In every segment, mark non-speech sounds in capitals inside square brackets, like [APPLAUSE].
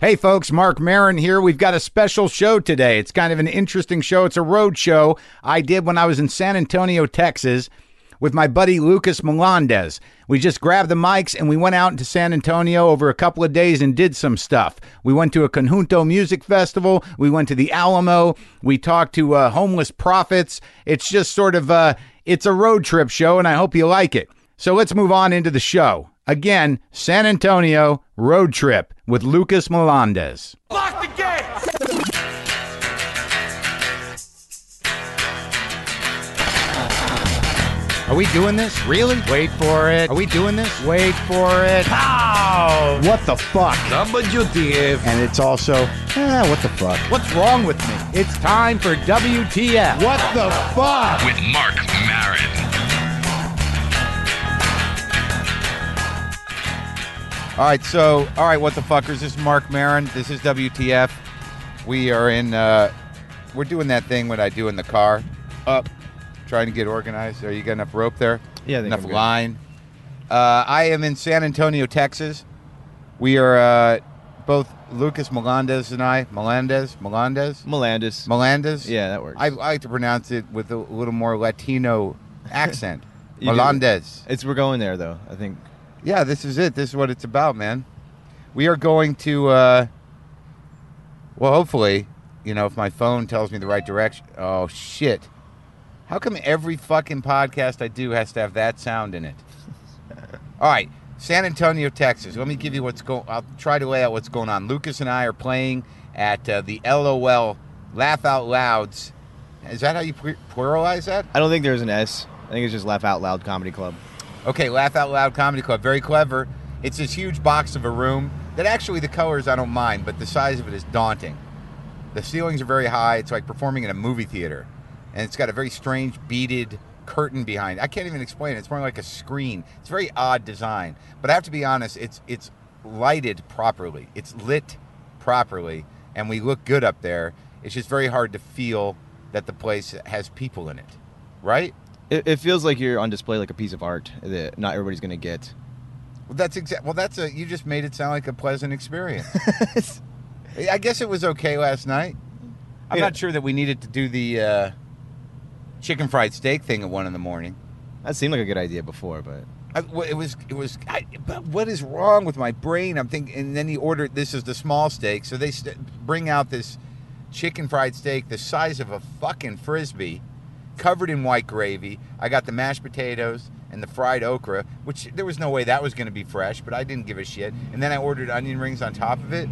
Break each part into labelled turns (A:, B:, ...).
A: Hey, folks, Mark Marin here. We've got a special show today. It's kind of an interesting show. It's a road show I did when I was in San Antonio, Texas, with my buddy Lucas Melendez. We just grabbed the mics and we went out into San Antonio over a couple of days and did some stuff. We went to a Conjunto Music Festival. We went to the Alamo. We talked to uh, homeless prophets. It's just sort of uh, it's a road trip show, and I hope you like it. So let's move on into the show. Again, San Antonio road trip with Lucas Melendez.
B: Lock the gate!
A: Are we doing this? Really? Wait for it. Are we doing this? Wait for it.
B: Pow!
A: What the fuck?
B: WTF.
A: And it's also, eh, what the fuck?
B: What's wrong with me?
A: It's time for WTF.
B: What the fuck?
C: with Mark Marin.
A: All right, so, all right, what the fuckers? This is Mark Marin. This is WTF. We are in, uh, we're doing that thing what I do in the car. Up, trying to get organized. Are you got enough rope there?
D: Yeah, I think
A: enough
D: I'm good.
A: line. Uh, I am in San Antonio, Texas. We are uh, both Lucas Melendez and I. Melendez, Melendez,
D: Melandis.
A: Melendez.
D: yeah, that works.
A: I like to pronounce it with a little more
D: [LAUGHS]
A: Latino accent.
D: You do.
A: Melendez.
D: it's we're going there though. I think
A: Yeah, this is it. This is what it's about, man. We are going to, uh, well, hopefully, you know, if my phone tells me the right direction. Oh, shit. How come every fucking podcast I do has to have that sound in it? All right, San Antonio, Texas. Let me give you what's going. I'll try to lay out what's going on. Lucas and I are playing at uh, the LOL Laugh Out Louds. Is that how you pl- pluralize that?
D: I don't think there's an S. I think it's just Laugh Out Loud Comedy Club.
A: Okay, Laugh Out Loud Comedy Club. Very clever. It's this huge box of a room that actually the colors I don't mind, but the size of it is daunting. The ceilings are very high. It's like performing in a movie theater. And it's got a very strange beaded curtain behind. I can't even explain it. It's more like a screen. It's a very odd design. But I have to be honest, it's it's lighted properly. It's lit properly and we look good up there. It's just very hard to feel that the place has people in it. Right?
D: It, it feels like you're on display like a piece of art that not everybody's gonna get. [LAUGHS]
A: Well, that's exact. Well, that's a. You just made it sound like a pleasant [LAUGHS] experience. I guess it was okay last night. I'm
D: Yeah.
A: not sure that we needed to do the uh, chicken fried steak thing at one in the morning.
D: That seemed like a good idea before, but
A: I, well, it was. It was. I, but what is wrong with my brain? I'm thinking. And then he ordered. This is the small steak. So they st- bring out this chicken fried steak, the size of a fucking frisbee, covered in white gravy. I got the mashed potatoes and the fried okra, which there was no way that was going to be fresh, but I didn't give a shit. And then I ordered onion rings on top of it.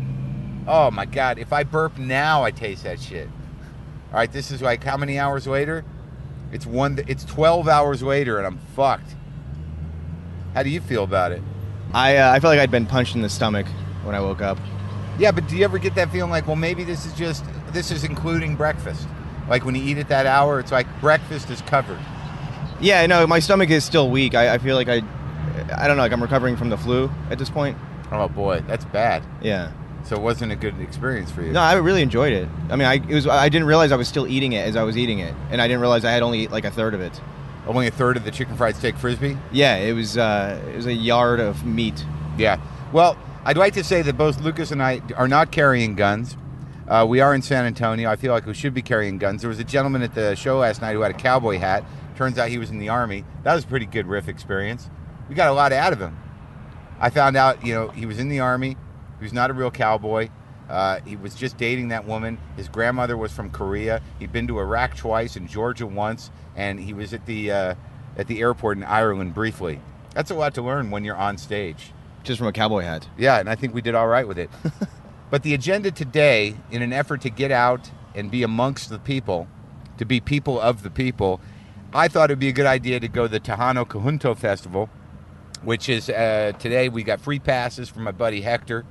A: Oh my god! If I burp now, I taste that shit. All right, this is like how many hours later? It's one. It's 12 hours later, and I'm fucked. How do you feel about it?
D: I uh, I felt like I'd been punched in the stomach when I woke up.
A: Yeah, but do you ever get that feeling like, well, maybe this is just this is including breakfast? Like when you eat at that hour, it's like breakfast is covered.
D: Yeah, no, my stomach is still weak. I, I feel like I I don't know, like I'm recovering from the flu at this point.
A: Oh boy, that's bad.
D: Yeah.
A: So it wasn't a good experience for you.
D: No, I really enjoyed it. I mean, I it was I didn't realize I was still eating it as I was eating it, and I didn't realize I had only like a third of it.
A: Only a third of the chicken fried steak frisbee.
D: Yeah, it was uh, it was a yard of meat.
A: Yeah. Well, I'd like to say that both Lucas and I are not carrying guns. Uh, we are in San Antonio. I feel like we should be carrying guns. There was a gentleman at the show last night who had a cowboy hat. Turns out he was in the army. That was a pretty good riff experience. We got a lot out of him. I found out, you know, he was in the army. He was not a real cowboy. Uh, he was just dating that woman. His grandmother was from Korea. He'd been to Iraq twice and Georgia once, and he was at the uh, at the airport in Ireland briefly. That's a lot to learn when you're on stage.
D: just from a cowboy hat.
A: Yeah, and I think we did all right with it. but the agenda today, in an effort to get out and be amongst the people, to be people of the people, I thought it would be a good idea to go to the Tejano Cajunto Festival, which is uh, today. We got free passes from my buddy Hector.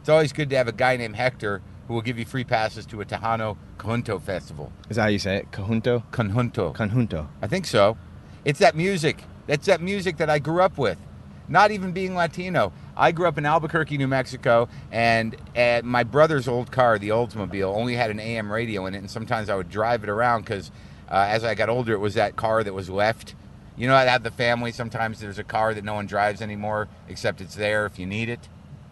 A: It's always good to have a guy named Hector who will give you free passes to a Tejano Cajunto Festival.
D: Is that how you say it? Conjunto?
A: Conjunto.
D: Conjunto.
A: I think so. It's that music. That's that music that I grew up with. Not even being Latino. I grew up in Albuquerque, New Mexico, and at my brother's old car, the Oldsmobile, only had an AM radio in it, and sometimes I would drive it around because uh, as I got older, it was that car that was left. You know, I'd have the family. Sometimes there's a car that no one drives anymore, except it's there if you need it.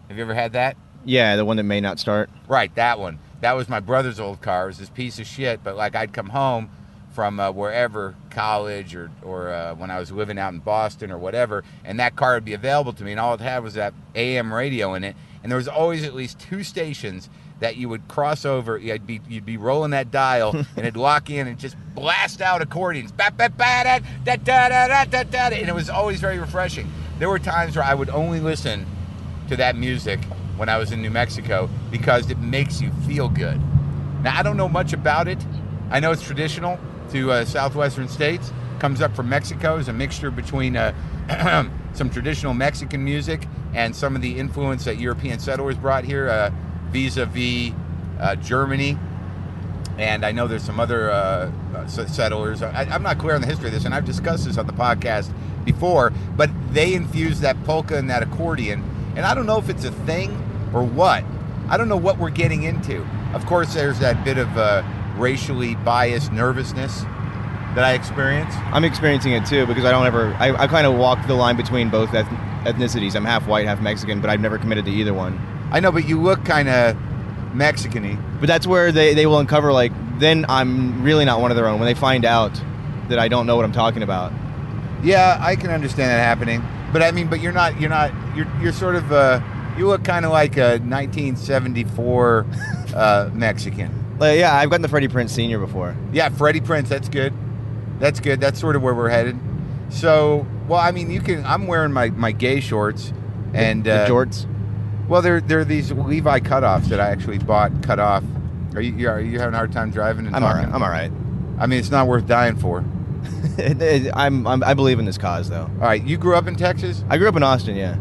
A: Have you ever had that?
D: Yeah, the one that may not start.
A: Right, that one. That was my brother's old car. It was this piece of shit. But like, I'd come home from uh, wherever, college or or uh, when I was living out in Boston or whatever, and that car would be available to me, and all it had was that AM radio in it, and there was always at least two stations that you would cross over. You'd be you'd be rolling that dial, and it'd lock in and just blast out accordions, ba ba ba da da da da da da da, da, and it was always very refreshing. There were times where I would only listen to that music when I was in New Mexico because it makes you feel good. Now I don't know much about it. I know it's traditional to uh, southwestern states. Comes up from Mexico is a mixture between uh, [CLEARS THROAT] some traditional Mexican music and some of the influence that European settlers brought here, uh, vis-a-vis uh, Germany. And I know there's some other uh, uh, s- settlers. I, I'm not clear on the history of this, and I've discussed this on the podcast before, but they infused that polka and that accordion. And I don't know if it's a thing or what. I don't know what we're getting into. Of course, there's that bit of uh, racially biased nervousness that I experience.
D: I'm experiencing it too because I don't ever. I, I kind of walk the line between both eth- ethnicities. I'm half white, half Mexican, but I've never committed to either one.
A: I know, but you look kind of Mexican y.
D: But that's where they, they will uncover like then I'm really not one of their own when they find out that I don't know what I'm talking about.
A: Yeah, I can understand that happening. But I mean, but you're not, you're not, you're, you're sort of, uh, you look kind of like a 1974 uh, Mexican.
D: Like, yeah, I've gotten the Freddie Prince Senior before.
A: Yeah, Freddie Prince. That's good. That's good. That's sort of where we're headed. So, well, I mean, you can. I'm wearing my my gay shorts, and
D: the
A: uh,
D: jorts.
A: well, there there are these Levi cutoffs that I actually bought cut off. Are you you- are you having a hard time driving? And
D: I'm all
A: talking?
D: right. I'm all right. [LAUGHS]
A: I mean, it's not worth dying for.
D: I'm, I'm I believe in this cause though.
A: All right, you grew up in Texas.
D: I grew up in Austin. Yeah,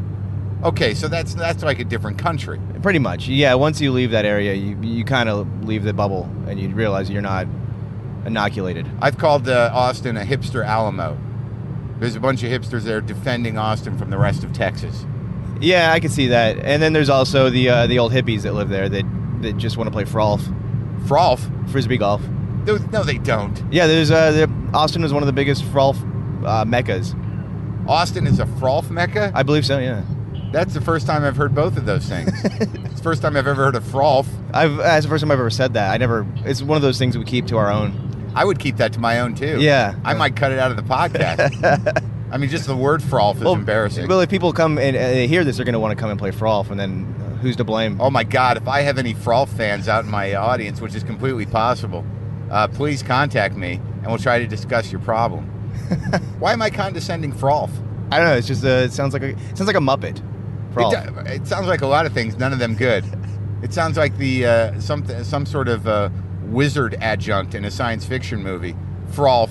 A: Okay, so that's that's like a different country.
D: pretty much. Yeah, once you leave that area, you you kind of leave the bubble and you realize you're not inoculated.
A: I've called uh, Austin a hipster Alamo. There's a bunch of hipsters there defending Austin from the rest of Texas.
D: Yeah, I can see that. And then there's also the uh, the old hippies that live there that that just want to play frolf,
A: Frolf?
D: frisbee golf.
A: No, no, they don't.
D: Yeah, there's uh, the, Austin is one of the biggest frolf uh, meccas.
A: Austin is a frolf mecca.
D: I believe so. Yeah,
A: That's the first time I've heard both of those
D: [LAUGHS]
A: things. it's the first time I've ever heard of frolf.
D: I've uh, that's the first time I've ever said that. I never. It's one of those things we keep to our own.
A: I would keep that to my own too.
D: Yeah.
A: I might cut it out of the podcast.
D: [LAUGHS]
A: I mean, just the word frolf is embarrassing.
D: Well, if people come and uh, they hear this, they're going to want to come and play frolf, and then uh, who's to blame?
A: oh my God, if I have any frolf fans out in my audience, which is completely possible, uh, please contact me and we'll try to discuss your
D: [LAUGHS]
A: problem. Why am I condescending frolf?
D: I don't know. It's just uh, it sounds like a it sounds like a muppet. Frolf.
A: It, do- it sounds like a lot of things, none of them good. It sounds like the uh, some some sort of uh, wizard adjunct in a science fiction movie. Frolf,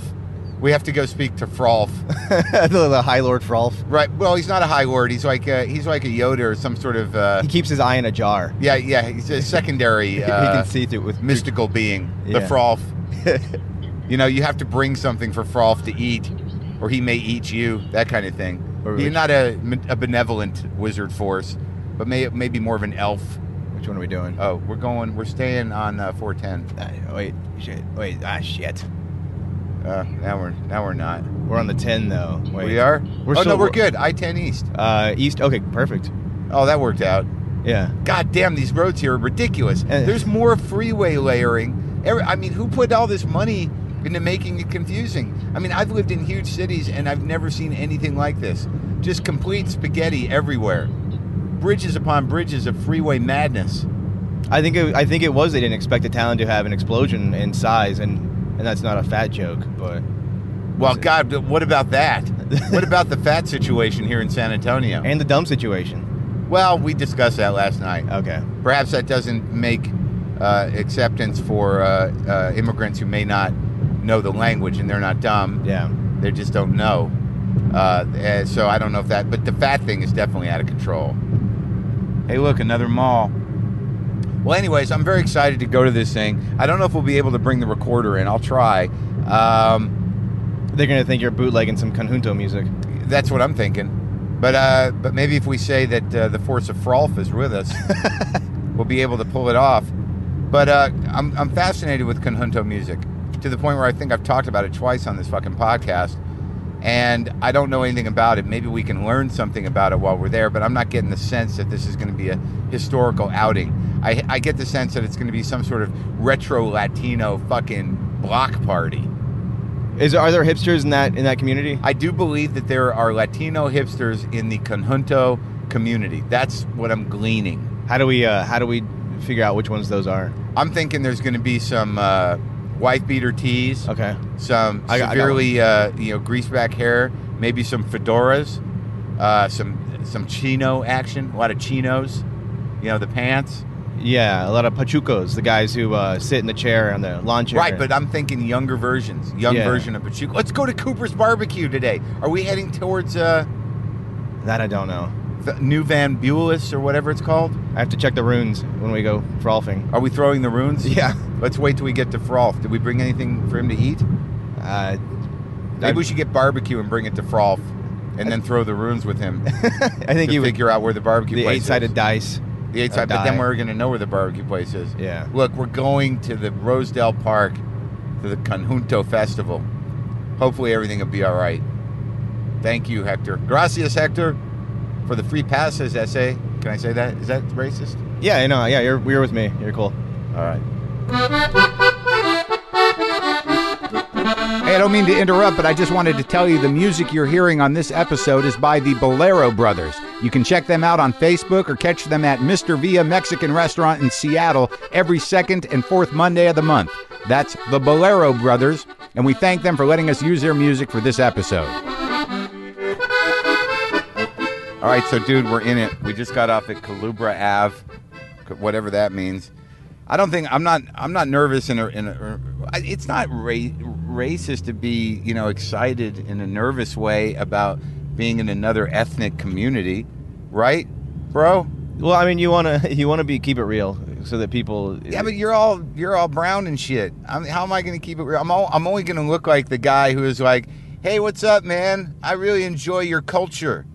A: we have to go speak to
D: [LAUGHS]
A: Frolf.
D: the, the High Lord Frolf.
A: right? Well, he's not a high lord. He's like a, he's like a Yoda or some sort of uh,
D: He keeps his eye in a jar.
A: yeah yeah. He's a secondary
D: he
A: uh,
D: can see through it with
A: mystical being. The
D: Yeah. [LAUGHS]
A: Frolf. you know, you have to bring something for Frolf to eat, or he may eat you. That kind of thing.
D: Or
A: He's
D: which-
A: not a, a benevolent wizard force, but may maybe more of an elf.
D: Which one are we doing?
A: Oh, we're going. We're staying on uh, 410.
D: Ah, wait, shit. Wait, ah, shit.
A: Uh, now we're now we're not.
D: We're on the 10, though. Wait.
A: We are.
D: We're
A: oh no,
D: still-
A: we're good. I-10 East.
D: Uh, east. Okay, perfect.
A: Oh, that worked out.
D: Yeah.
A: God damn, these roads here are ridiculous.
D: Eh.
A: There's more freeway layering. Every, I mean, who put all this money into making it confusing? I mean, I've lived in huge cities and I've never seen anything like this. Just complete spaghetti everywhere. Bridges upon bridges of freeway madness.
D: I think it, I think it was they didn't expect the town to have an explosion in size, and and that's not a fat joke, but
A: Well, God, what about
D: [LAUGHS]
A: that? what about the fat situation here in San Antonio?
D: and the dumb situation.
A: Well, we discussed that last night.
D: Okay.
A: Perhaps that doesn't make uh, acceptance for uh, uh, immigrants who may not know the language and they're not dumb.
D: Yeah.
A: They just don't know. Uh, and so I don't know if that, but the fat thing is definitely out of control. Hey, look, another mall. Well, anyways, I'm very excited to go to this thing. I don't know if we'll be able to bring the recorder in. I'll try. Um,
D: They're gonna think you're bootlegging some conjunto music.
A: That's what I'm thinking. But uh, but maybe if we say that uh, the force of Frolf is with us, we'll be able to pull it off. But uh, I'm, I'm fascinated with conjunto music to the point where I think I've talked about it twice on this fucking podcast. And I don't know anything about it. Maybe we can learn something about it while we're there, but I'm not getting the sense that this is going to be a historical outing. I, I get the sense that it's going to be some sort of retro Latino fucking block party.
D: Is are there hipsters in that in that community?
A: I do believe that there are Latino hipsters in the Conjunto community. That's what I'm gleaning.
D: How do we uh, how do we figure out which ones those are?
A: I'm thinking there's going to be some uh, wife beater tees,
D: Okay.
A: some
D: Oh, I got- I got
A: severely uh, you know greaseback hair, maybe some fedoras, uh, some some chino action, a lot of chinos, you know the pants.
D: Yeah, a lot of pachucos, the guys who uh, sit in the chair on the lawn chair.
A: Right, but I'm thinking younger versions, young
D: Yeah.
A: version of Pachuca. Let's go to Cooper's Barbecue today. Are we heading towards uh,
D: that I don't know.
A: the New Van Bulis or whatever it's called?
D: I have to check the runes when we go
A: [LAUGHS]
D: frolfing.
A: Are we throwing the runes?
D: Yeah.
A: Let's wait till we get to Frolf. Did we bring anything for him to eat?
D: Uh,
A: Maybe we should get barbecue and bring it to Frolf, and then throw the runes with him
D: [LAUGHS] I think
A: to
D: you would
A: figure out where the barbecue
D: the
A: place
D: eight sided
A: is.
D: dice.
A: the eight
D: or
A: side. But then
D: die.
A: we're gonna know where the barbecue place is.
D: Yeah.
A: Look, we're going to the Rosedale Park to the Conjunto Festival. Hopefully everything will be all right. Thank you, Hector. Gracias, Hector, for the free passes essay. Can I say that? Is that racist?
D: Yeah, I know. Yeah, you're you're with me. You're cool.
A: All right.
B: Hey, I don't mean to interrupt, but I just wanted to tell you the music you're hearing on this episode is by the Bolero Brothers. You can check them out on Facebook or catch them at Mr. Villa Mexican Restaurant in Seattle every second and fourth Monday of the month. That's the Bolero Brothers, and we thank them for letting us use their music for this episode.
A: All right, so dude, we're in it. We just got off at Calubra Ave, whatever that means. I don't think I'm not I'm not nervous in a, in a or- I- it's not ra- racist to be you know excited in a nervous way about being in another ethnic community, right, bro?
D: Well, I mean, you wanna [LAUGHS] you wanna be keep it real so that people.
A: Yeah, but you're all you're all brown and shit. I'm, how am I going to keep it real? I'm all, I'm only going to look like the guy who is like, hey, what's up, man? I really enjoy your culture.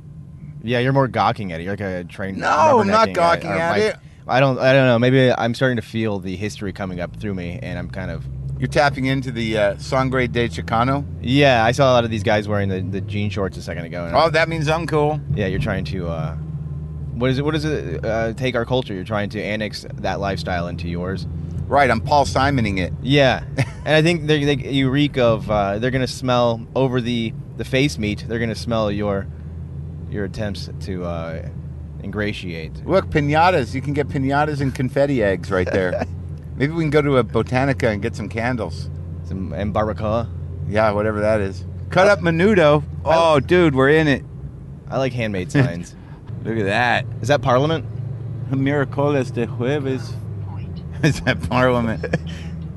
D: Yeah, you're more gawking at it. You're like a trained.
A: No, I'm not
D: rubbernecking it,
A: gawking
D: or
A: at
D: like-
A: it.
D: I don't. I don't know. Maybe I'm starting to feel the history coming up through me, and I'm kind of.
A: You're tapping into the uh, Sangre de Chicano.
D: Yeah, I saw a lot of these guys wearing the, the jean shorts a second ago. And I'm-
A: Oh, that means I'm cool.
D: Yeah, you're trying to. Uh, what is it? What is it? Uh, take our culture. You're trying to annex that lifestyle into yours.
A: Right, I'm Paul Simoning it.
D: Yeah, [LAUGHS] and I think they, they, you reek of. Uh, they're gonna smell over the the face meat. They're gonna smell your your attempts to uh, ingratiate.
A: Look, pinatas. You can get pinatas and confetti eggs right
D: [LAUGHS]
A: there. Maybe we can go to a botanica and get some candles.
D: Some and barbacoa.
A: Yeah, whatever that is. Cut up menudo. Oh, dude, we're in it.
D: I like handmade signs.
A: Look at that.
D: is that Parliament?
A: Miracoles de jueves. [LAUGHS] Is that
D: [LAUGHS]
A: parliament?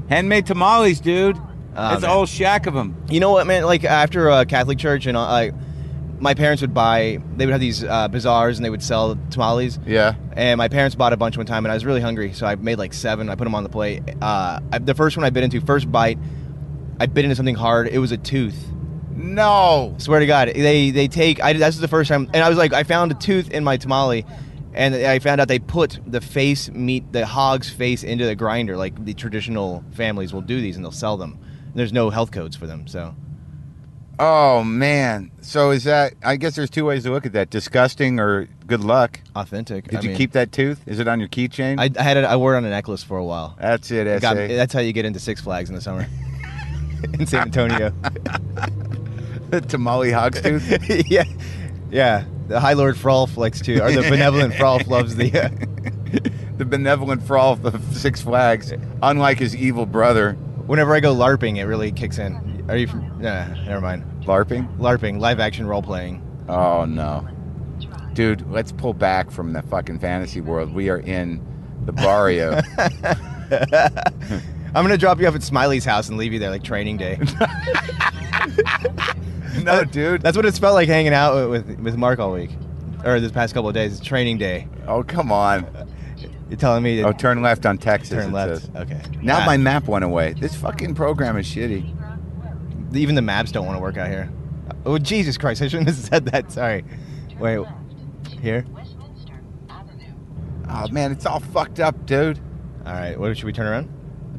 A: Handmade tamales, dude.
D: Ah,
A: That's a
D: man.
A: whole shack of them.
D: You know what, man? Like after uh, Catholic church and uh, like, my parents would buy. They would have these uh, bazaars and they would sell tamales.
A: Yeah.
D: And my parents bought a bunch one time, and I was really hungry, so I made like seven. I put them on the plate. Uh, I, the first one I bit into, first bite, I bit into something hard. It was a tooth.
A: No.
D: Swear to God, they they take. I, that's the first time, and I was like, I found a tooth in my tamale, and I found out they put the face meat, the hog's face, into the grinder. Like the traditional families will do these, and they'll sell them. There's no health codes for them, so
A: Oh man. So is that? I guess there's two ways to look at that: disgusting or good luck.
D: authentic.
A: Did
D: I
A: you
D: mean,
A: keep that tooth? Is it on your keychain?
D: I, I had it. I wore it on a necklace for a while.
A: That's it,
D: It got-
A: essay.
D: that's how you get into Six Flags in the summer [LAUGHS] in San Antonio.
A: [LAUGHS] Tamale
D: [LAUGHS]
A: Hogstooth.
D: yeah, yeah. The High Lord Frolf likes to, or the benevolent Frolf loves the. Uh,
A: [LAUGHS]
D: [LAUGHS]
A: the benevolent frolf of Six Flags, unlike his evil brother,
D: whenever I go LARPing, it really kicks in. Are you? From, nah, never mind.
A: LARPing.
D: LARPing, live action role playing.
A: Oh, no. Dude, let's pull back from the fucking fantasy world. We are in the
D: [LAUGHS]
A: barrio.
D: I'm gonna drop you off at Smiley's house and leave you there like training day.
A: [LAUGHS] no, dude.
D: That's what it's felt like hanging out with with Mark all week, or this past couple of days. It's training day.
A: Oh, come on.
D: You're telling me to
A: Oh, turn left on Texas.
D: turn
A: it
D: left.
A: says.
D: Okay.
A: Now
D: Ah,
A: my map went away. This fucking program is shitty.
D: even the maps don't want to work out here. Oh Jesus Christ! I shouldn't have [LAUGHS] said that. Sorry. Wait. Here.
A: Oh, man, it's all fucked up, dude.
D: All right. What should we turn around?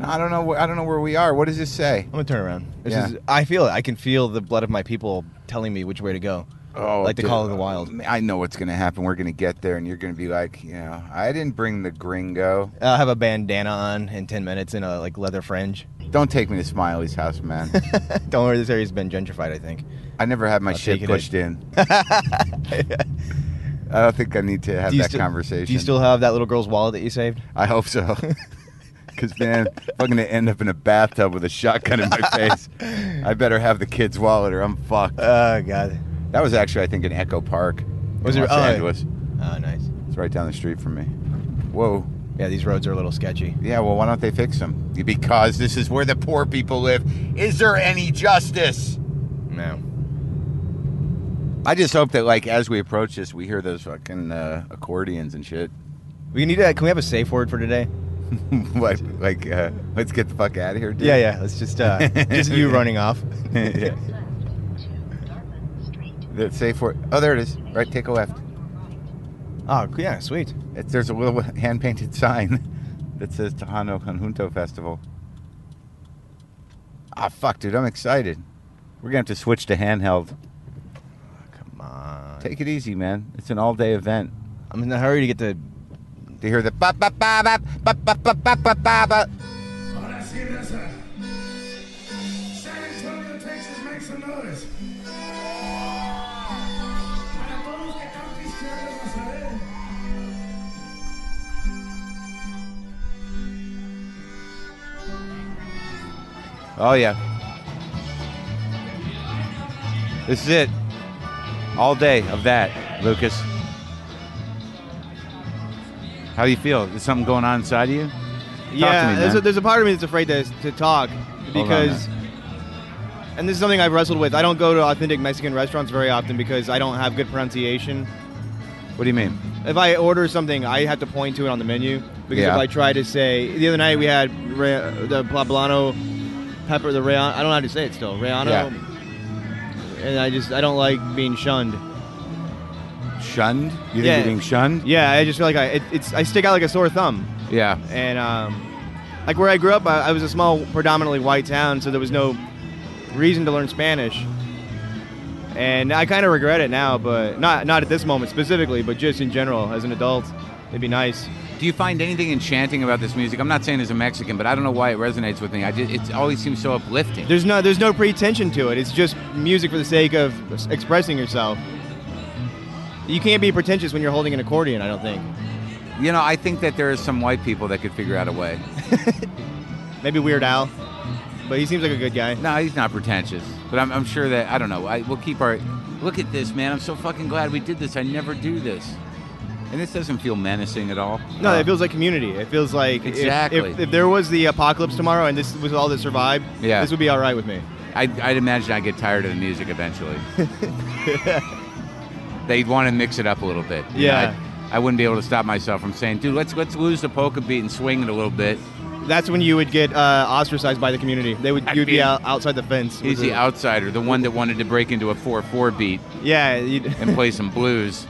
A: I don't know. wh- I don't know where we are. What does this say?
D: I'm gonna turn around. This
A: Yeah.
D: is, I feel it. I can feel the blood of my people telling me which way to go.
A: Oh,
D: like the
A: dude.
D: call of the wild.
A: I know what's going to happen. We're going to get there, and you're going to be like, you know, I didn't bring the gringo.
D: I'll have a bandana on in ten minutes and a like leather fringe. [LAUGHS]
A: Don't take me to Smiley's house, man.
D: Don't worry, this area's been gentrified. I think. [LAUGHS]
A: I never had my
D: I'll
A: shit
D: take it
A: pushed in. I don't think I need to have
D: Do you
A: that
D: still-
A: conversation.
D: Do you still have that little girl's wallet that you saved?
A: I hope
D: [LAUGHS]
A: so. Because, man, if I'm going to end up in a bathtub with a shotgun
D: [LAUGHS]
A: in my face, I better have the kid's wallet or I'm fucked.
D: Oh God.
A: That was actually, I think, in Echo Park. in
D: Was it-
A: Los
D: oh, yeah.
A: Angeles.
D: Oh, nice.
A: It's right down the street from me. Whoa.
D: Yeah, these roads are a little sketchy.
A: Yeah, well, why don't they fix them? Because this is where the poor people live. Is there any justice?
D: No.
A: I just hope that, like, as we approach this, we hear those fucking uh, accordions and shit. [LAUGHS]
D: We need to. Can we have a safe word for today?
A: like, like uh, let's get the fuck out of here, dude.
D: Yeah, yeah. Let's just uh, [LAUGHS] just you running off.
A: [LAUGHS] yeah. The safe word. Oh, there it is. Right, take a left.
D: Oh, yeah. Sweet.
A: It's, there's a little [LAUGHS] hand painted sign [LAUGHS] that says Tejano Conjunto Festival. Ah, fuck, dude, I'm excited. We're gonna have to switch to handheld.
D: Come on.
A: Take it easy, man. It's an all day event.
D: I'm in a hurry to get to.
A: To hear the ba ba ba ba ba ba ba ba ba ba ba.
E: Ahora sí, Raza. San Antonio, Texas, make some noise. Para todos los que están pisteando, eh. Mazatlán.
A: Oh yeah. This is it. All day of that, Lucas. How do you feel? Is something going on inside of you?
D: yeah,
A: me,
D: there's, a,
A: man.
D: there's a part of me that's afraid to, to talk
A: on,
D: because. and this is something I've wrestled with. I don't go to authentic Mexican restaurants very often because I don't have good pronunciation.
A: What do you mean?
D: If I order something, I have to point to it on the menu because
A: Yeah.
D: if I try to say the other night we had re- the poblano pepper, the rayon. I don't know how to say it still, rayano. And I just I don't like being shunned.
A: Shunned? You think
D: Yeah.
A: you're being shunned?
D: Yeah, I just feel like I it, it's I stick out like a sore thumb.
A: Yeah.
D: and um, like where I grew up, I, I was a small, predominantly white town, so there was no reason to learn Spanish. And I kind of regret it now, but not not at this moment specifically, but just in general as an adult, it'd be nice.
B: Do you find anything enchanting about this music? I'm not saying as a Mexican, but I don't know why it resonates with me. I just, it always seems so uplifting.
D: There's no there's no pretension to it. It's just music for the sake of s- expressing yourself. You can't be pretentious when you're holding an accordion. I don't think.
B: You know, I think that there is some white people that could figure out a way.
D: Maybe Weird Al, but he seems like a good guy.
B: No, he's not pretentious, but I'm, I'm sure that I don't know. I, we'll keep our look at this, man. I'm so fucking glad we did this. I never do this, and this doesn't feel menacing at all.
D: No,
B: Uh,
D: it feels like community. It feels like if- if-
B: Exactly.
D: If, there was the apocalypse tomorrow and this was all that survived,
B: Yeah.
D: this would be all right with me.
B: I'd, I'd imagine I'd get tired of the music
D: [LAUGHS]
B: eventually. They'd want to mix it up a little bit. You know,
D: Yeah.
B: I, I wouldn't be able to stop myself from saying, dude, let's let's lose the polka beat and swing it a little bit.
D: That's when you would get uh, ostracized by the community. They would
B: I'd
D: you'd be,
B: be-
D: out, outside the fence. with
B: He's the
D: the-
B: outsider, the one that wanted to break into a 4 4 beat
D: Yeah, you'd,
B: and play some blues.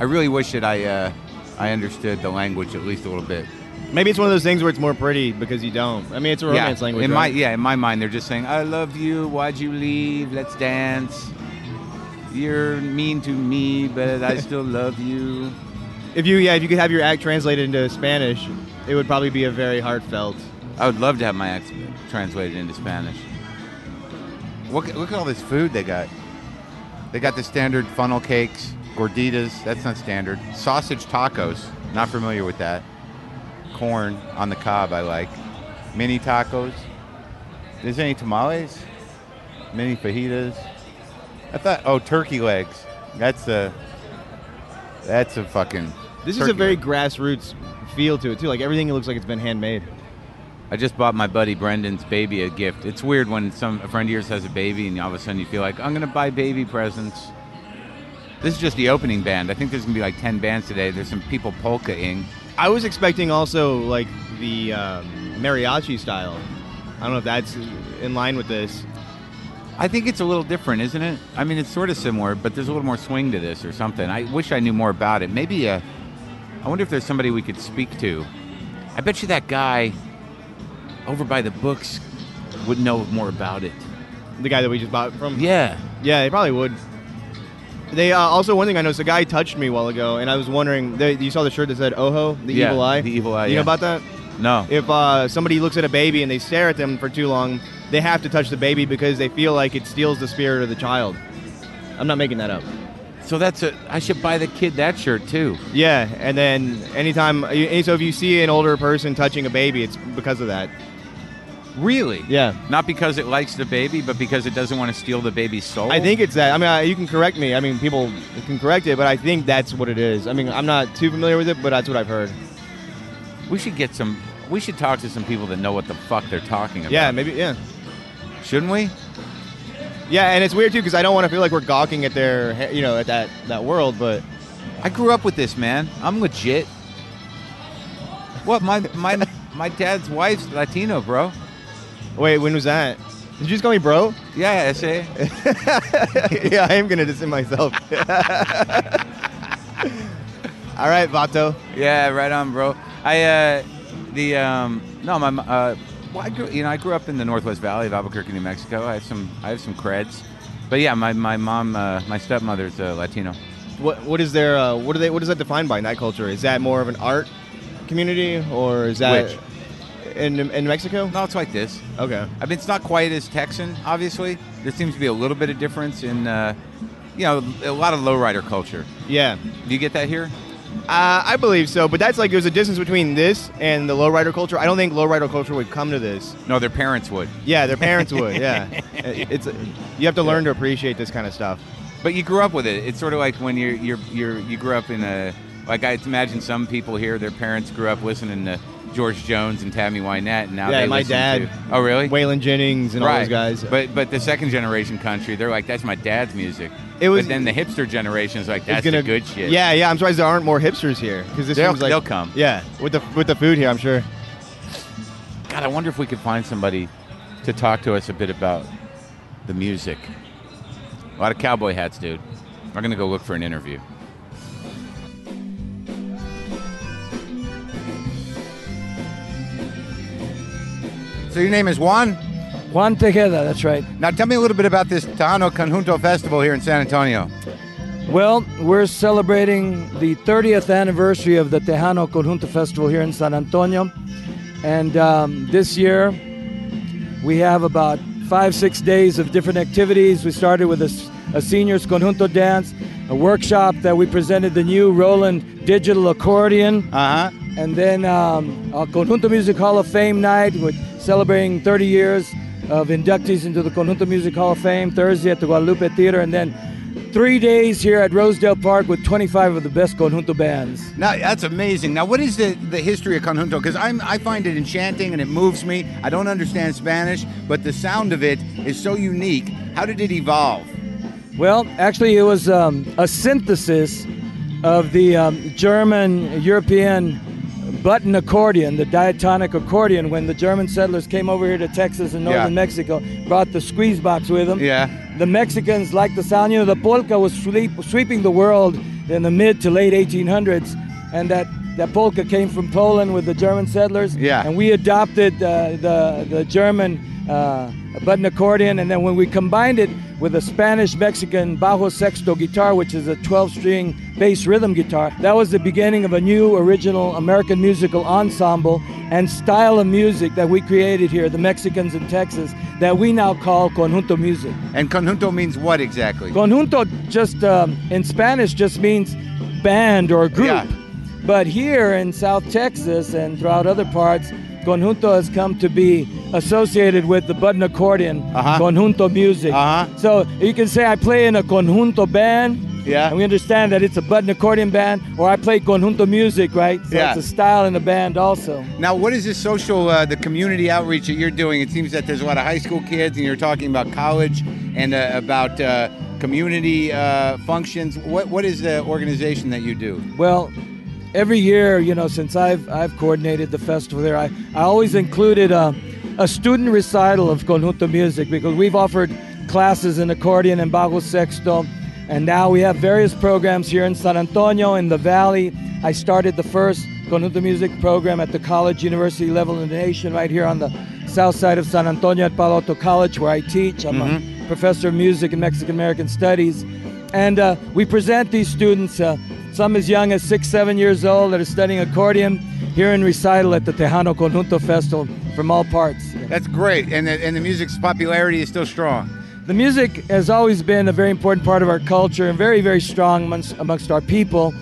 B: I really wish that I uh, I understood the language at least a little bit.
D: [LAUGHS] maybe it's one of those things where it's more pretty because you don't. I mean, it's a romance language.
B: in
D: right?
B: my yeah, in my mind, they're just saying, "I love you. Why'd you leave? Let's dance. You're mean to me, but I still love you."
D: if you yeah, if you could have your act translated into Spanish, it would probably be a very heartfelt.
B: I would love to have my act translated into Spanish.
A: Look, look at all this food they got. They got the standard funnel cakes, gorditas. That's not standard. Sausage tacos. Not familiar with that. Corn on the cob. I like. Mini tacos. There's any tamales? Mini fajitas. I thought. Oh, turkey legs. That's a. That's a fucking.
D: This is
A: turkey
D: a very
A: leg.
D: grassroots feel to it too. Like everything looks like it's been handmade.
B: I just bought my buddy Brendan's baby a gift. It's weird when some a friend of yours has a baby, and all of a sudden you feel like I'm gonna buy baby presents. This is just the opening band. I think there's gonna be like ten bands today. There's some people polkaing.
D: I was expecting also like the um, mariachi style. I don't know if that's in line with this.
B: I think it's a little different, isn't it? I mean, it's sort of similar, but there's a little more swing to this or something. I wish I knew more about it. Maybe, uh, I wonder if there's somebody we could speak to. I bet you that guy.
F: over by the books would know more about it.
D: The guy that we just bought from.
F: Yeah.
D: Yeah, they probably would. They uh, also one thing I noticed a guy touched me a while ago, and I was wondering. They, you saw the shirt that said "Oho," the
F: Yeah,
D: evil eye.
F: the evil eye,
D: You
F: yeah.
D: know about that?
F: No.
D: If uh, somebody looks at a baby and they stare at them for too long, they have to touch the baby because they feel like it steals the spirit of the child. I'm not making that up.
F: so that's a. I should buy the kid that shirt too.
D: Yeah, and then anytime, any- so if you see an older person touching a baby, it's because of that.
F: Really?
D: Yeah.
F: Not because it likes the baby, but because it doesn't want to steal the baby's soul.
D: I think it's that. I mean, I, you can correct me. I mean, people can correct it, but I think that's what it is. I mean, I'm not too familiar with it, but that's what I've heard.
F: we should get some. We should talk to some people that know what the fuck they're talking about.
D: Yeah, maybe. Yeah,
F: Shouldn't we?
D: yeah, and it's weird too because I don't want to feel like we're gawking at their, you know, at that that world. But
A: I grew up with this, man. I'm legit.
B: What my
A: My
D: [LAUGHS]
A: my dad's wife's Latino, bro.
D: wait, when was that? Did you just call me bro? [LAUGHS]
A: Yeah, I say.
D: yeah, I am gonna disown myself. [LAUGHS] All right, Vato.
A: Yeah, right on, bro. I uh, the um, no, my uh, well, I grew, you know, I grew up in the Northwest Valley of Albuquerque, New Mexico. I have some, I have some creds, but yeah, my my mom, uh, my stepmother's uh, Latino.
D: What what is their uh, what do they what is that defined by in that culture? Is that more of an art community or is that
A: Which?
D: in in Mexico?
A: No, it's like this.
D: Okay.
A: I mean, it's not quite as Texan, obviously. There seems to be a little bit of difference in, uh, you know, a lot of lowrider culture.
D: Yeah.
A: Do you get that here?
D: Uh, I believe so, but that's like there's a distance between this and the lowrider culture. I don't think lowrider culture would come to this.
A: No, their parents would.
D: Yeah, their parents would. [LAUGHS] Yeah, it's you have to learn to appreciate this kind of stuff.
A: But you grew up with it. It's sort of like when you're you're you're you grew up in a like I imagine some people here, their parents grew up listening to George Jones and Tammy Wynette, and now
D: Yeah,
A: they
D: my
A: listen
D: dad-
A: to- oh, really?
D: Waylon Jennings and
A: right.
D: all those guys.
A: But but the second generation country, they're like, that's my dad's music.
D: It was-
A: but then the hipster generation is like,
D: It's
A: that's
D: gonna-
A: the good shit.
D: Yeah, yeah. I'm surprised there aren't more hipsters here because this
A: They'll-
D: seems like
A: they'll come.
D: Yeah, with the with the food here, I'm sure.
F: God, I wonder if we could find somebody
A: To talk to us a bit about the music. A lot of cowboy hats, dude. We're gonna go look for an interview.
B: so your name is Juan.
G: Juan Tejeda, that's right.
B: Now tell me a little bit about this Tejano Conjunto Festival here in San Antonio.
G: Well, we're celebrating the 30th anniversary of the Tejano Conjunto Festival here in San Antonio. And um, this year, we have about five, six days of different activities. We started with a, s- a seniors conjunto dance, a workshop that we presented the new Roland digital accordion.
B: Uh huh.
G: And then um, our Conjunto Music Hall of Fame night, which celebrating 30 years of inductees into the Conjunto Music Hall of Fame, Thursday at the Guadalupe Theater, and then three days here at Rosedale Park with 25 of the best Conjunto bands.
B: Now that's amazing. Now what is the, the history of conjunto? Because I'm I find it enchanting and it moves me. I don't understand Spanish, but the sound of it is so unique. How did it evolve?
G: Well, actually, it was um, a synthesis of the um, German European button accordion, the diatonic accordion, when the German settlers came over here to Texas and northern Mexico, brought the squeeze box with them.
B: Yeah.
G: The Mexicans liked the sound. You know, the polka was sweep, sweeping the world in the mid to late 1800s, and that, that polka came from Poland with the German settlers.
B: Yeah.
G: And we adopted uh, the the German uh, button accordion, and then when we combined it with a Spanish Mexican bajo sexto guitar, which is a 12-string bass rhythm guitar, that was the beginning of a new original American musical ensemble and style of music that we created here, the Mexicans in Texas, that we now call conjunto music.
B: And conjunto means what exactly?
G: Conjunto just um, in Spanish just means band or group.
B: Yeah.
G: But here in South Texas and throughout other parts, conjunto has come to be associated with the button accordion,
B: Uh-huh.
G: conjunto music.
B: Uh-huh.
G: So you can say I play in a conjunto band.
B: Yeah.
G: And we understand that it's a button accordion band, or I play conjunto music, right? So
B: Yeah.
G: it's a style in a band also.
B: Now, what is this social, uh, the community outreach that you're doing? It seems that there's a lot of high school kids, and you're talking about college and uh, about uh, community uh, functions. What what is the organization that you do?
G: Well, every year, you know, since I've I've coordinated the festival there, I, I always included a, a student recital of conjunto music because we've offered classes in accordion and bajo sexto, and now we have various programs here in San Antonio in the valley. I started the first Conjunto Music program at the college university level in the nation, right here on the south side of San Antonio at Palo Alto College, where I teach. I'm a professor of music and Mexican American studies. And uh, we present these students, uh, some as young as six, seven years old, that are studying accordion here in recital at the Tejano Conjunto Festival from all parts.
B: That's great, and the, and the music's popularity is still strong.
G: The music has always been a very important part of our culture and very, very strong amongst, amongst our people.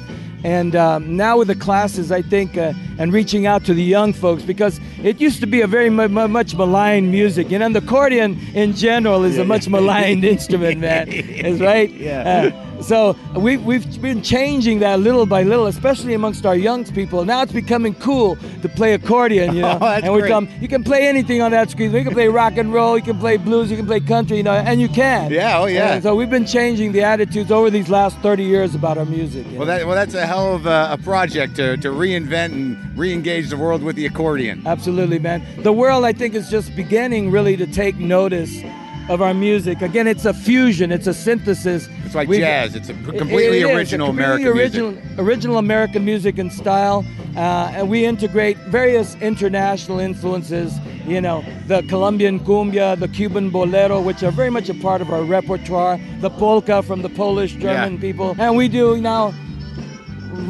G: And um, now with the classes, I think, uh, and reaching out to the young folks because it used to be a very mu- mu- much maligned music. You know, and the accordion in general is a much maligned
B: [LAUGHS]
G: instrument, man. Is right. Yeah. so we, we've been changing that little by little, especially amongst our young people. Now it's becoming cool to play accordion. You know,
B: [LAUGHS] Oh, that's
G: and we
B: great.
G: come. You can play anything on that screen. You can play rock and roll. You can play blues. You can play country. You know, and you can.
B: Yeah, oh, yeah.
G: And so we've been changing the attitudes over these last 30 years about our music. you know.
B: Well, that, well, that's a hell of a, a project to, to reinvent and re-engage the world with the accordion.
G: Absolutely, man. The world, I think, is just beginning really to take notice of our music. Again, it's a fusion, it's a synthesis.
B: It's like
G: We've-
B: jazz. It's a p-
G: It-
B: completely
G: it is,
B: original
G: a completely
B: American
G: original,
B: music.
G: original American music and style, uh, and we integrate various international influences. You know, the Colombian cumbia, the Cuban bolero, which are very much a part of our repertoire. The polka from the Polish German
B: Yeah.
G: people, and we do now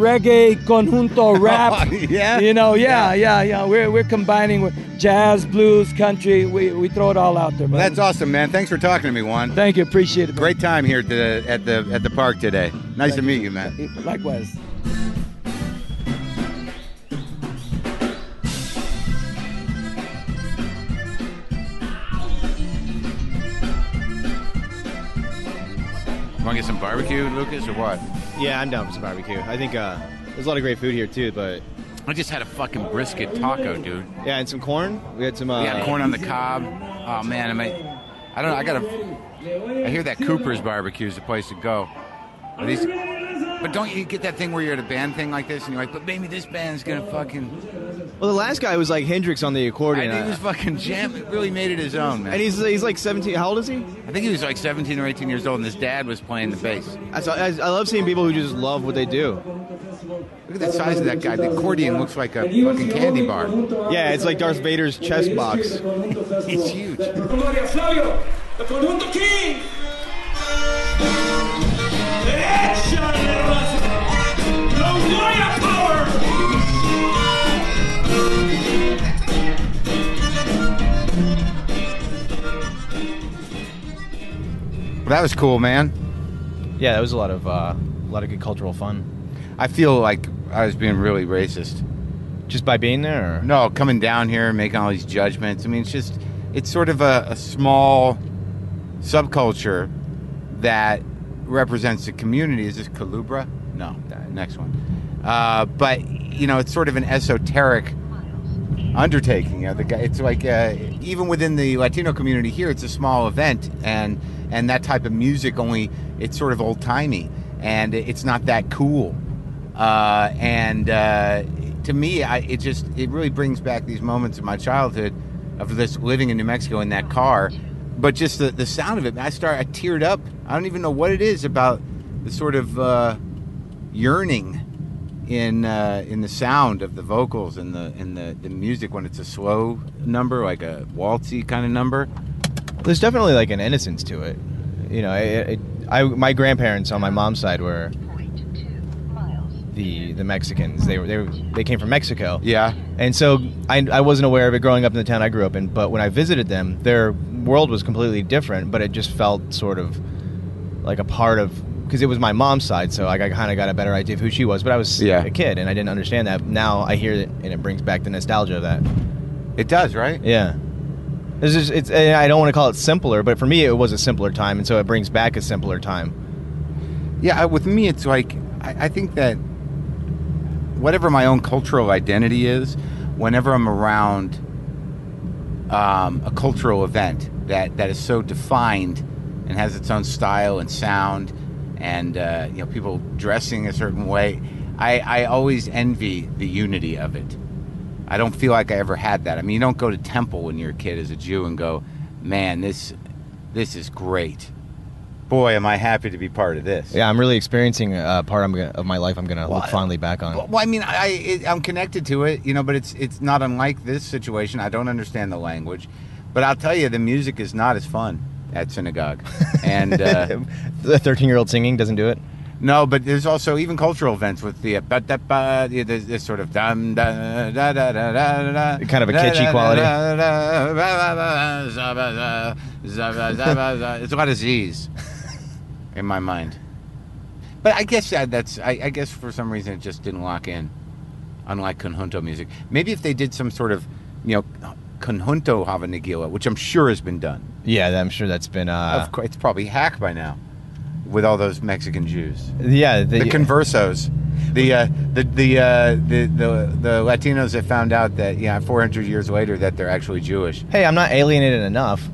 G: reggae conjunto rap.
B: [LAUGHS] Yeah?
G: You know, yeah, yeah, yeah. We're, we're combining with jazz, blues, country. We, we throw it all out there, man.
B: Well, that's awesome, man. Thanks for talking to me, Juan.
G: Thank you. Appreciate it. man.
B: Great time here at the at the at the park today. Nice to meet you, man.
G: Likewise.
F: Want to get some barbecue, Lucas, or what?
D: Yeah, I'm down for some barbecue. I think uh, there's a lot of great food here too, but
F: I just had a fucking brisket taco, dude.
D: yeah, and some corn. We had some. Uh,
F: We got corn on the cob. Oh man, I mean, I don't know. I gotta. I hear that Cooper's Barbecue is the place to go. Are these- but don't you get that thing where you're at a band thing like this and you're like, but maybe this band's gonna fucking.
D: Well, the last guy was like Hendrix on the
F: I
D: accordion,
F: think he was
D: uh,
F: fucking jam. It really made it his own, man.
D: and he's he's like 17. How old is he?
F: I think he was like 17 or 18 years old, and his dad was playing the bass.
D: I, saw, I, I love seeing people who just love what they do.
F: Look at the size of that guy. The accordion looks like a fucking candy bar.
D: Yeah, it's like Darth Vader's chess box.
F: It's huge.
E: Gloria Flavio, the Conjunto King. Derecha, Nervas. The warrior power.
B: Well, that was cool, man.
D: Yeah, that was a lot of uh, a lot of good cultural fun.
A: I feel like I was being really racist.
D: Just by being there. Or?
A: No, coming down here and making all these judgments. I mean, it's just, it's sort of a, a small subculture that represents the community. Is this Calubra? No, that- next one. Uh, but, you know, it's sort of an esoteric undertaking. You know, the guy, it's like, uh, even within the Latino community here, it's a small event. And, and that type of music only, it's sort of old timey and it's not that cool. Uh, and uh, to me, I, it just, it really brings back these moments of my childhood of this living in New Mexico in that car. But just the, the sound of it, I start, I teared up. I don't even know what it is about the sort of uh, yearning in uh, in the sound of the vocals and the and the, the music when it's a slow number, like a waltzy kind of number.
D: There's definitely like an innocence to it. You know, it, it, I my grandparents on my mom's side were the the Mexicans. They were they were, they came from Mexico.
A: Yeah.
D: And so I, I wasn't aware of it growing up in the town I grew up in, but when I visited them, their world was completely different, but it just felt sort of like a part of because it was my mom's side, so I kind of got a better idea of who she was. But I was
A: Yeah.
D: a kid and I didn't understand that. Now I hear it and it brings back the nostalgia of that.
A: It does, right?
D: Yeah. It's just, it's, and I don't want to call it simpler, but for me, it was a simpler time, and so it brings back a simpler time.
A: Yeah, I- with me, it's like I, I think that whatever my own cultural identity is, whenever I'm around um, a cultural event that, that is so defined and has its own style and sound, and uh, you know people dressing a certain way, I, I always envy the unity of it. I don't feel like I ever had that. I mean, you don't go to temple when you're a kid as a Jew and go, "Man, this this is great."
B: Boy, am I happy to be part of this.
D: Yeah, I'm really experiencing a part I'm gonna, of my life I'm going to look fondly back on.
A: Well, well, I mean, I it, I'm connected to it, you know, but it's it's not unlike this situation. I don't understand the language, but I'll tell you, the music is not as fun at synagogue, and uh,
D: the 13 year old singing doesn't do it.
A: no, but there's also even cultural events with the uh, ba- da- ba- yeah, there's this sort of dum da da da da da da
D: Kind of a kitschy quality.
A: quality. It's a lot of Z's in my mind, but I guess that, that's I, I guess for some reason it just didn't lock in. unlike conjunto music. Maybe if they did some sort of, you know, conjunto havanagila, which I'm sure has been done.
D: Yeah, that- I'm sure that's been. Uh,
A: of course, it's probably hack by now, with all those Mexican Jews,
D: yeah,
A: the
D: the, uh,
A: conversos, the uh, the the, uh, the the the Latinos that found out that yeah, 400 years later that they're actually Jewish.
D: hey, I'm not alienated enough.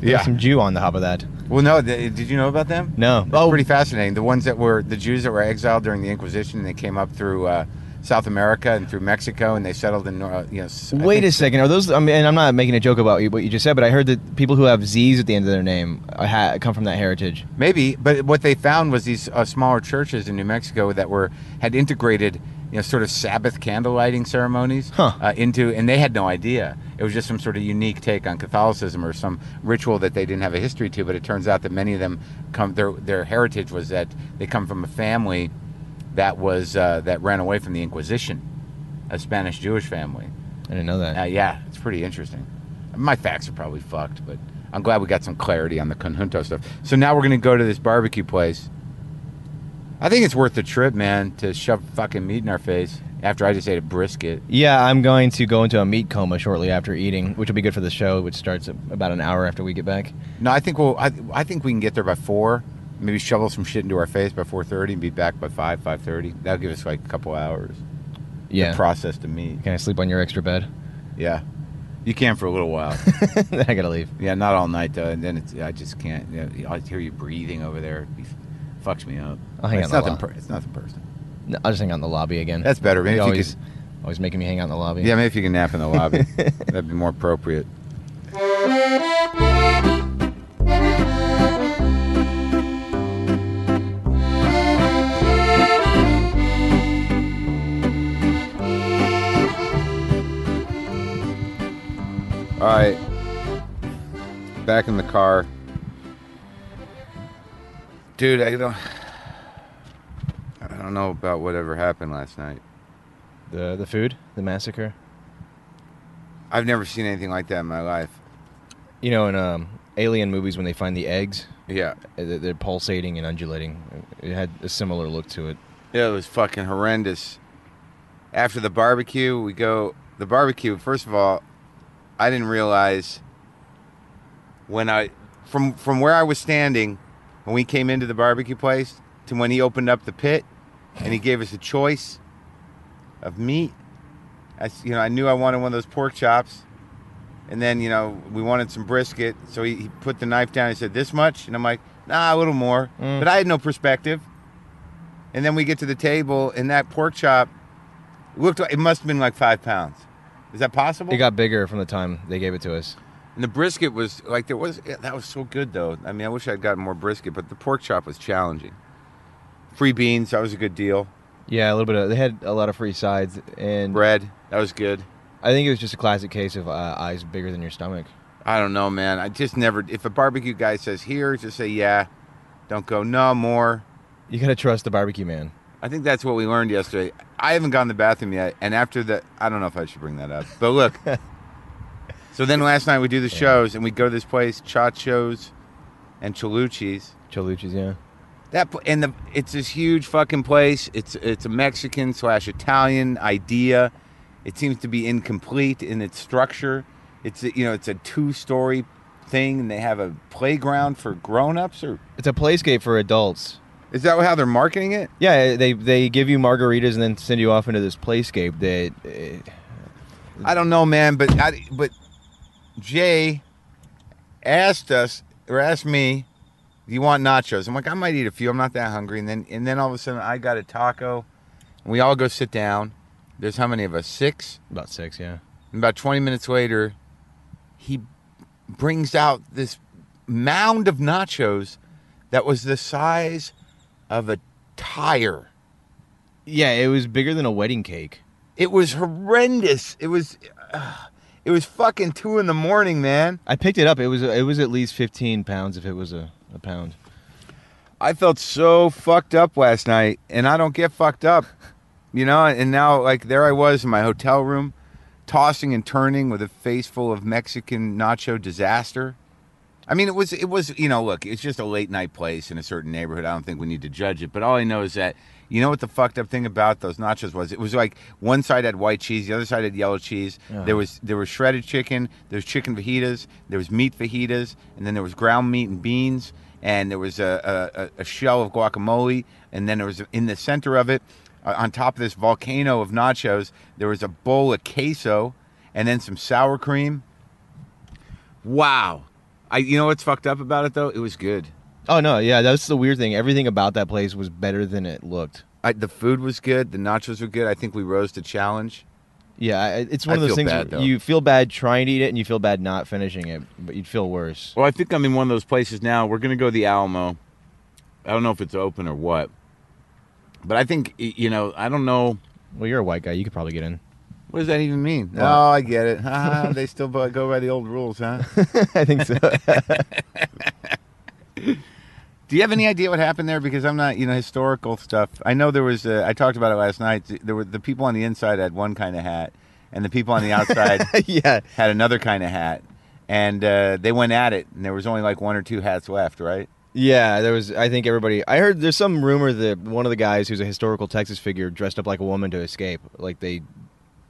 D: There's
A: Yeah.
D: some Jew on the top of that.
A: Well, no, th did you know about them?
D: No. Oh.
A: That's pretty fascinating. The ones that were the Jews that were exiled during the Inquisition, they came up through. Uh, South America and through Mexico, and they settled in, uh, you know. s- I
D: Wait
A: think
D: a second. Are those? I mean, and I'm not making a joke about you- what you just said, but I heard that people who have Z's at the end of their name uh, ha- come from that heritage.
A: Maybe, but what they found was these uh, smaller churches in New Mexico that were had integrated, you know, sort of Sabbath candle lighting ceremonies
D: Huh.
A: uh, into, and they had no idea. It was just some sort of unique take on Catholicism or some ritual that they didn't have a history to. But it turns out that many of them come their their heritage was that they come from a family that was uh, that ran away from the Inquisition, a Spanish Jewish family.
D: I didn't know that.
A: Uh, yeah, it's pretty interesting. My facts are probably fucked, but I'm glad we got some clarity on the conjunto stuff. So now we're gonna go to this barbecue place. I think it's worth the trip, man, to shove fucking meat in our face after I just ate a brisket.
D: Yeah, I'm going to go into a meat coma shortly after eating, which will be good for the show, which starts ab- about an hour after we get back.
A: No, I think we'll. I, I think we can get there by four. Maybe shovel some shit into our face by four thirty and be back by five five thirty. That'll give us like a couple hours
D: Yeah.
A: to process the meat.
D: Can I sleep on your extra [LAUGHS] bed?
A: Yeah, you can for a little while.
D: then I gotta leave.
A: yeah, not all night though. And then it's I just can't. You know, I hear you breathing over there. It be- fucks me up.
D: I'll hang
A: it's
D: out in the
A: nothing.
D: lo-
A: Per, it's nothing personal.
D: No, I'll just hang out in the lobby again.
A: That's better. Maybe
D: You
A: if you
D: always, always making me hang out in the lobby.
A: Yeah, maybe if you can nap in the lobby, that'd be more appropriate. All right, back in the car, dude. I don't. I don't know about whatever happened last night.
D: The the food, the massacre.
A: I've never seen anything like that in my life.
D: You know, in um, alien movies when they find the eggs,
A: Yeah.
D: uh, they- they're pulsating and undulating. It had a similar look to it.
A: Yeah, it was fucking horrendous. After the barbecue, we go. The barbecue, first of all, I didn't realize when I. From, from where I was standing when we came into the barbecue place to when he opened up the pit and he gave us a choice of meat. I, s- you know, I knew I wanted one of those pork chops. And then, you know, we wanted some brisket. So he, he put the knife down. He said, This much? And I'm like, Nah, a little more.
D: Mm.
A: But I had no perspective. And then we get to the table, and that pork chop looked like it must have been like five pounds. Is that possible?
D: It got bigger from the time they gave it to us.
A: and the brisket was like, there was, yeah, that was so good though. I mean, I wish I'd gotten more brisket, but the pork chop was challenging. Free beans, that was a good deal.
D: Yeah, a little bit of. They had a lot of free sides, and
A: Bread, that was good.
D: I think it was just a classic case of uh, eyes bigger than your stomach.
A: I don't know, man. I just never, if a barbecue guy says here, just say, yeah. Don't go, no more.
D: You gotta trust the barbecue man.
A: I think that's what we learned yesterday. I haven't gone to the bathroom yet, and after the, I don't know if I should bring that up, but look. so then last night we do the shows, and we go to this place, Chacho's and Chaluchis.
D: Choluchis, yeah.
A: That pl- and the it's this huge fucking place. It's it's a Mexican slash Italian idea. It seems to be incomplete in its structure. It's a- you know it's a two story thing, and they have a playground for grown ups. Or
D: It's a playscape for adults.
A: is that how they're marketing it?
D: Yeah, they they give you margaritas and then send you off into this playscape. That uh,
A: I don't know, man, but I, but Jay asked us or asked me, "Do you want nachos?" I'm like, "I might eat a few. I'm not that hungry." And then and then all of a sudden, I got a taco, and we all go sit down. There's how many of us? Six.
D: about six, yeah.
A: And about 20 minutes later, he brings out this mound of nachos that was the size of a tire.
D: Yeah, it was bigger than a wedding cake.
A: It was horrendous. It was, ugh, it was fucking two in the morning, man.
D: I picked it up. It was it was at least 15 pounds if it was a, a pound.
A: I felt so fucked up last night, and I don't get fucked up, you know. And now, like, there I was in my hotel room, tossing and turning with a face full of Mexican nacho disaster. I mean, it was, it was, you know, look, it's just a late night place in a certain neighborhood. I don't think we need to judge it, but all I know is that, you know, what the fucked up thing about those nachos was? It was like one side had white cheese, the other side had yellow cheese. There was there was shredded chicken, there was chicken fajitas, there was meat fajitas, and then there was ground meat and beans and there was a, a, a- a shell of guacamole, and then there was in the center of it, uh, on top of this volcano of nachos, there was a bowl of queso, and then some sour cream. Wow, I you know what's fucked up about it though? It was good.
D: Oh no, yeah, that's the weird thing. Everything about that place was better than it looked.
A: I, the food was good. The nachos were good. I think we rose to challenge.
D: Yeah, I- it's one
A: I
D: of those
A: feel
D: things
A: bad,
D: where
A: though.
D: you feel bad trying to eat it and you feel bad not finishing it, but you'd feel worse.
F: Well, I think I'm in one of those places now. We're gonna go to the Alamo. I don't know if it's open or what, but I think y- you know. I don't know.
D: Well, you're a white guy. You could probably get
A: [LAUGHS]
D: in.
A: What does that even mean? Oh, I get it. [LAUGHS] Ah, they still bu- go by the old rules, [LAUGHS] huh?
D: I think so.
A: Do you have any idea what happened there? Because I'm not, you know, historical stuff. I know there was. uh, I talked about it last night. There were the people on the inside had one kind of hat, and the people on the [LAUGHS] outside
D: [LAUGHS] yeah.
A: had another kind of hat, and uh, they went at it. And there was only like one or two hats left, right?
D: Yeah, there was I think everybody I heard there's some rumor that one of the guys who's a historical Texas figure dressed up like a woman to escape. Like they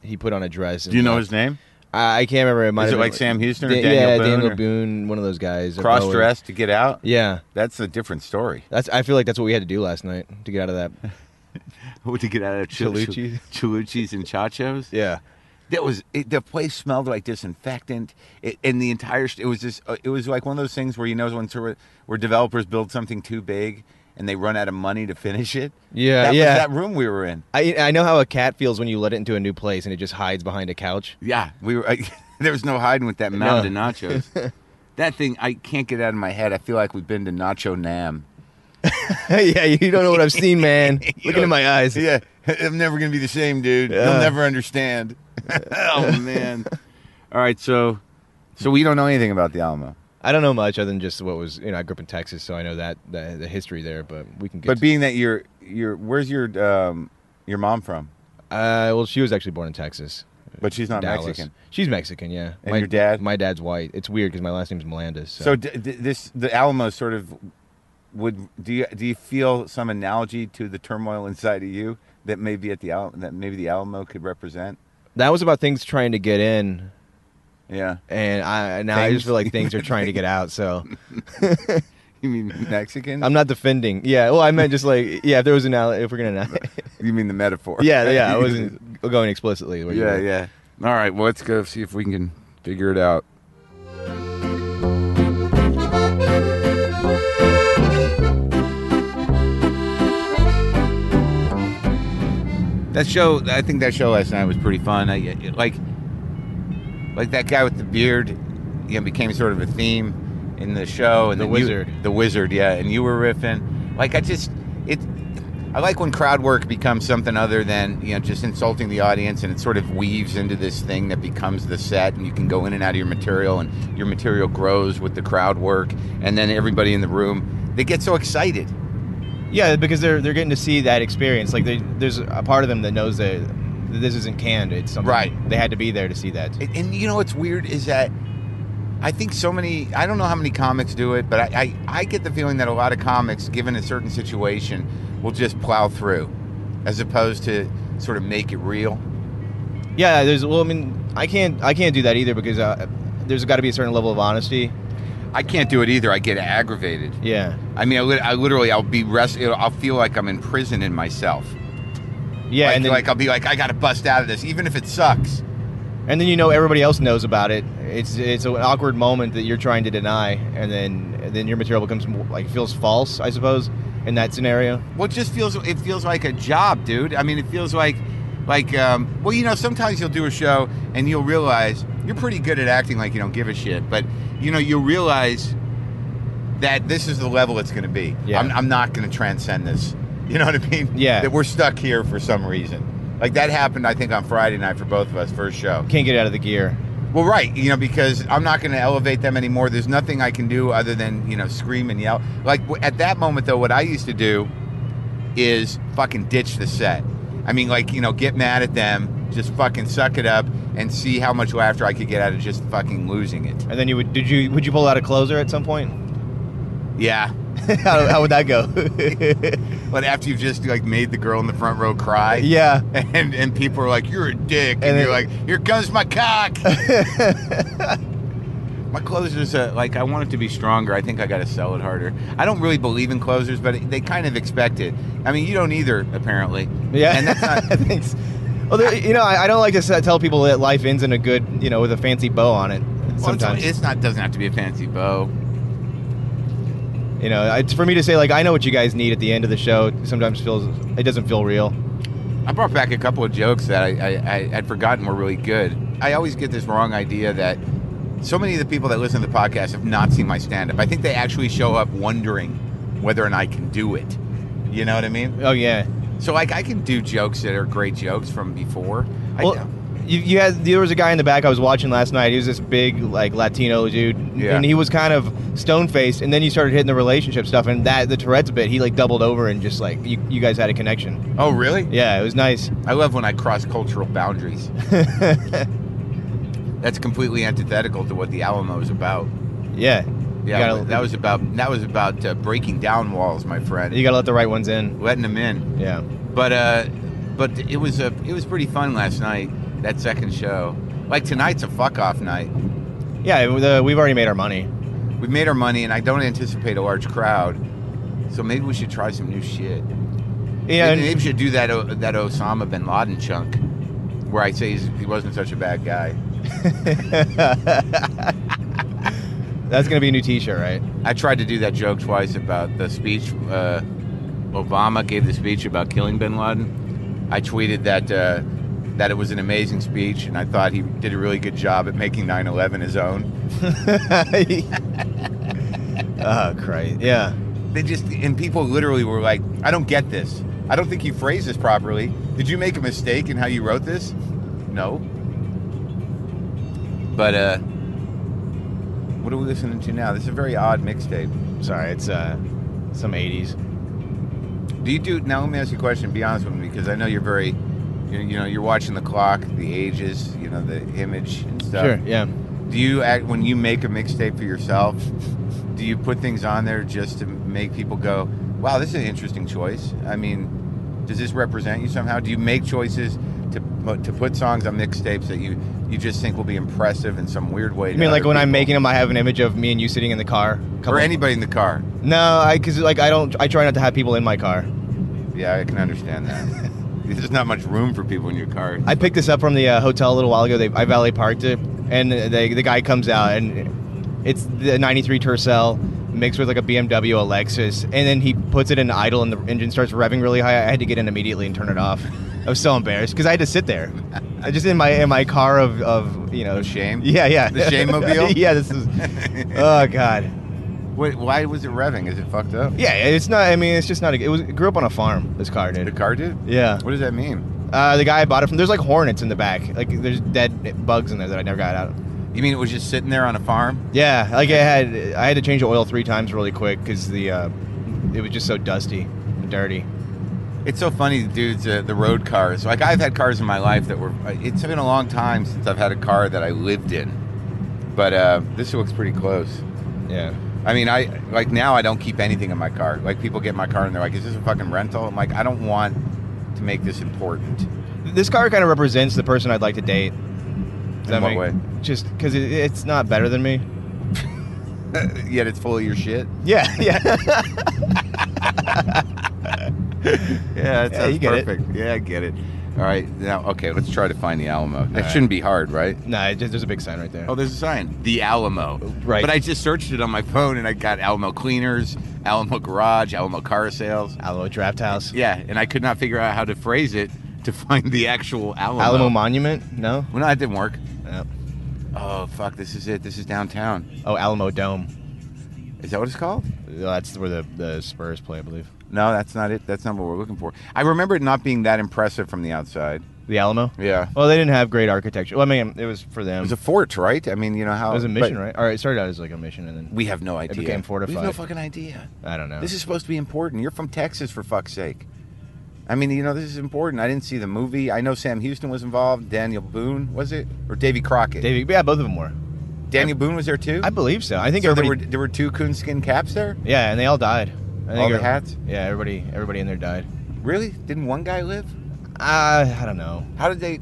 D: he put on a dress. And
F: Do you know his name?
D: I, I can't remember. It might
A: Is
D: have
A: it
D: been-
A: like Sam Houston or
D: Da-
A: Daniel
D: yeah,
A: Boone
D: Daniel
A: or-
D: Boone, one of those guys. or
A: Cross
D: Bowie.
A: dressed to get out.
D: Yeah,
A: That's a different story.
D: that's. I feel like that's what we had to do last night to get out of
A: [LAUGHS]
D: that.
F: [LAUGHS] What to get out of Chil-
D: Chaluchis?
F: Chaluchis and Chachos?
D: Yeah,
A: That was it, the place smelled like disinfectant, it, and the entire st- it was just uh, it was like one of those things where you know when sort of- where developers build something too big and they run out of money to finish it.
D: Yeah,
A: that
D: yeah.
A: Was that room we were in.
D: I I know how a cat feels when you let it into a new place and it just hides behind a couch. [LAUGHS]
F: Yeah,
A: [LAUGHS]
F: we were. I, there was no hiding with that mound of nachos. that thing, I can't get out of my head. I feel like we've been to Nacho Nam.
D: yeah, you don't know what I've
A: [LAUGHS]
D: seen, man. Looking in my eyes.
A: Yeah, [LAUGHS] I'm never gonna be the same, dude. You'll
D: Yeah.
A: never understand. [LAUGHS] oh man. All right, so so we don't know anything about the Alamo,
D: I don't know much other than just what was. You know, I grew up in Texas, so I know that the, the history there. But we can get.
A: but
D: to-
A: being that you're you're where's your um your mom from?
D: uh, well, she was actually born in Texas.
A: But she's not
D: Dallas.
A: Mexican.
D: She's Mexican, yeah.
A: And
D: my,
A: your dad?
D: My dad's white. It's weird because my last name's Melendez. So,
A: So d- d- this the Alamo sort of would do you do you feel some analogy to the turmoil inside of you that maybe at the Al- that maybe the Alamo could represent?
D: that was about things trying to get in,
A: Yeah, [LAUGHS]
D: and I now I
A: Things?
D: just feel like things are trying
A: [LAUGHS]
D: to get out. So
A: you mean Mexican?
D: I'm not defending. Yeah, well, I meant just like yeah. If there was an al- if we're gonna, anal-
A: [LAUGHS] you mean the metaphor?
D: yeah,
A: [LAUGHS]
D: yeah. I wasn't going explicitly. where you
A: yeah,
D: were.
A: yeah.
F: All right, well, let's go see if we can figure it out.
A: That show, I think that show last night was pretty fun. I, it- like, like that guy with the beard, you know, became sort of a theme in the show. And
D: The
A: then you-
D: wizard.
A: the wizard, yeah. And you were riffing. Like, I just it. I like when crowd work becomes something other than you know just insulting the audience, and it sort of weaves into this thing that becomes the set, and you can go in and out of your material, and your material grows with the crowd work, and then everybody in the room they get so excited.
D: Yeah, because they're they're getting to see that experience. Like they, there's a part of them that knows that, that this isn't canned. It's something
A: Right.
D: They had to be there to see that.
A: And, and you know what's weird is that I think so many. I don't know how many comics do it, but I, I I get the feeling that a lot of comics, given a certain situation, will just plow through, as opposed to sort of make it real.
D: Yeah, there's well, I mean, I can't I can't do that either because uh, there's got to be a certain level of honesty.
A: I can't do it either. I get aggravated.
D: Yeah.
A: I mean, I, lit- I literally, I'll be rest. I'll feel like I'm in prison in myself.
D: Yeah,
A: like,
D: and then
A: like I'll be like, I got to bust out of this, even if it sucks.
D: and then you know everybody else knows about it. It's it's an awkward moment that you're trying to deny, and then and then your material becomes more- like feels false, I suppose, in that scenario.
A: Well, it just feels it feels like a job, dude. I mean, it feels like like um, well, you know, sometimes you'll do a show and you'll realize you're pretty good at acting like you don't give a shit, but you know, you'll realize that this is the level it's going to be.
D: Yeah.
A: I'm, I'm not going to transcend this. You know what I mean?
D: Yeah.
A: That we're stuck here for some reason. Like that happened, I think, on Friday night for both of us, first show.
D: Can't get out of the gear.
A: Well, right, you know, because I'm not going to elevate them anymore. There's nothing I can do other than you know scream and yell. Like w- at that moment, though, what I used to do is fucking ditch the set. I mean, like you know, get mad at them, just fucking suck it up, and see how much laughter I could get out of just fucking losing it.
D: And then you would did you would you pull out a closer at some point?
A: Yeah, [LAUGHS]
D: [LAUGHS] how, how would that go?
A: but after you've just like made the girl in the front row cry,
D: yeah.
A: [LAUGHS] and and people are like, "You're a dick," and,
D: And
A: you're
D: it-
A: like, "Here comes my
D: [LAUGHS]
A: cock." my closers, uh, like I want it to be stronger. I think I got to sell it harder. I don't really believe in closers, but they kind of expect it. I mean, you don't either, apparently.
D: Yeah.
A: and that's
D: [LAUGHS]
A: not.
D: Thanks. Well, there, you know, I, I don't like to s- tell people that life ends in a good, you know, with a fancy bow on it.
A: well, it's-
D: Sometimes,
A: it's not doesn't have to be a fancy bow.
D: you know, it's for me to say like I know what you guys need at the end of the show. Sometimes feels it doesn't feel real.
A: I brought back a couple of jokes that I, I, I had forgotten were really good. I always get this wrong idea that so many of the people that listen to the podcast have not seen my stand up. I think they actually show up wondering whether or not I can do it. You know what I mean?
D: Oh yeah.
A: So, like, I can do jokes that are great jokes from before. I,
D: Well, you, you had there was a guy in the back I was watching last night. He was this big like Latino dude,
A: Yeah.
D: and he was kind of stone faced. And then you started hitting the relationship stuff, and that the Tourette's bit, he like doubled over and just like you, you guys had a connection.
A: oh, really?
D: Yeah, it was nice.
A: I love when I cross cultural
D: [LAUGHS]
A: boundaries. That's completely antithetical to what the Alamo is about. Yeah,
D: Yeah, You gotta,
A: that was about that was about uh, breaking down walls, my friend.
D: you gotta let the right ones in.
A: letting them in.
D: Yeah.
A: But uh, but it was a it was pretty fun last night. That second show. Like tonight's a fuck off night.
D: Yeah, the, we've already made our money.
A: We've made our money, and I don't anticipate a large crowd. So maybe we should try some new shit.
D: Yeah,
A: maybe, maybe
D: and,
A: we should do that O- that Osama bin Laden chunk, where I say he's, he wasn't such a bad guy.
D: that's gonna be a new
A: [LAUGHS]
D: T-shirt, right?
A: I tried to do that joke twice about the speech. Uh, Obama gave the speech about killing bin Laden. I tweeted that uh, that it was an amazing speech, and I thought he did a really good job at making 9/11 his own.
D: oh Christ! Yeah,
A: They just and people literally were like, "I don't get this. I don't think you phrased this properly. Did you make a mistake in how you wrote this?" No. But uh, what are we listening to now? This is a very odd mixtape.
D: sorry, it's uh, some '80s.
A: Do you do now? Let me ask you a question. Be honest with me, because I know you're very, you, you know, you're watching the clock, the ages, you know, the image and stuff.
D: Sure. Yeah.
A: Do you act when you make a mixtape for yourself? Do you put things on there just to make people go, "Wow, this is an interesting choice"? I mean, does this represent you somehow? Do you make choices to pu- to put songs on mixtapes that you you just think will be impressive in some weird way?
D: You
A: to
D: mean like
A: other
D: when I'm
A: people?
D: making them, I have an image of me and you sitting in the car.
A: or
D: Couple-
A: anybody in the
D: [LAUGHS]
A: car?
D: No, I because like I don't. I try not to have people in my car.
A: Yeah, I can understand that. [LAUGHS] There's not much room for people in your car. [LAUGHS]
D: I picked this up from the uh, hotel a little while ago. They, I valet parked it, and the, the guy comes out, and it's the '93 Tercel mixed with like a BMW Lexus, and then he puts it in idle, and the engine starts revving really high. I had to get in immediately and turn it off. I was so embarrassed because I had to sit there, I just in my in my car of, of you know
A: Of shame?
D: [LAUGHS] Yeah, yeah,
A: The shame-mobile?
D: [LAUGHS] yeah, this is oh god.
A: Wait, why was it revving? Is it fucked up?
D: Yeah, it's not. I mean, it's just not. A, it was it grew up on a farm. This car
A: The
D: did.
A: car did?
D: Yeah.
A: What does that mean?
D: Uh, the guy I bought it from. There's like hornets in the back. Like there's dead bugs in there that I never got out.
A: You mean it was just sitting there on a farm?
D: Yeah, like I had I had to change the oil three times really quick because the uh, it was just so dusty, and dirty.
A: It's so funny, dudes, uh, the road cars. Like, I've had cars in my life that were. It's been a long time since I've had a car that I lived in. But uh, this looks pretty close.
D: Yeah.
A: I mean, I like now I don't keep anything in my car. Like, people get in my car and they're like, is this a fucking rental? I'm like, I don't want to make this important. [LAUGHS]
D: This car kind of represents the person I'd like to date. Does
A: In what way?
D: Just because it, it's not better than me.
A: Yet it's full of your shit.
D: Yeah, yeah.
A: Yeah, it
D: Yeah,
A: sounds
D: you get it.
A: perfect. Yeah, I get it. All right, now, okay, let's try to find the Alamo. That
D: right.
A: shouldn't be hard, right?
D: [LAUGHS] nah, it just, there's a big sign right there.
A: Oh, there's a sign. The Alamo.
D: Right.
A: But I just searched it on my phone and I got Alamo Cleaners, Alamo Garage, Alamo Car Sales.
D: Alamo Draft House.
A: Yeah, and I could not figure out how to phrase it to [LAUGHS] find the actual Alamo.
D: Alamo Monument? No.
A: Well, no, that didn't work.
D: No.
A: Oh, fuck, this is it. This is downtown.
D: Oh, Alamo Dome.
A: Is that what it's called?
D: That's where the, the Spurs play, I believe.
A: No, that's not it. That's not what we're looking for. I remember it not being that impressive from the outside.
D: The Alamo.
A: Yeah.
D: Well, they didn't have great architecture. Well, I mean, it was for
A: It
D: them.
A: was a fort, right? I mean, you know how
D: It was a
A: but
D: mission, right? All right, it started out as like a mission, and then
A: We have no idea.
D: became
A: We have no
D: fortified.
A: fucking idea.
D: I don't know.
A: This is supposed to be important. You're from Texas, for fuck's sake. I mean, you know, this is important. I didn't see the movie. I know Sam Houston was involved. Daniel Boone was it, or Davy Crockett?
D: Davey. Yeah, both of them were.
A: Daniel Boone was there too.
D: I believe so. I think
A: so there were
D: everybody.
A: there were two coonskin caps there.
D: yeah, and they all died. I think
A: All the
D: every-
A: hats?
D: Yeah, everybody. Everybody in there died.
A: Really? Didn't one guy live?
D: Uh, I don't know.
A: How did they?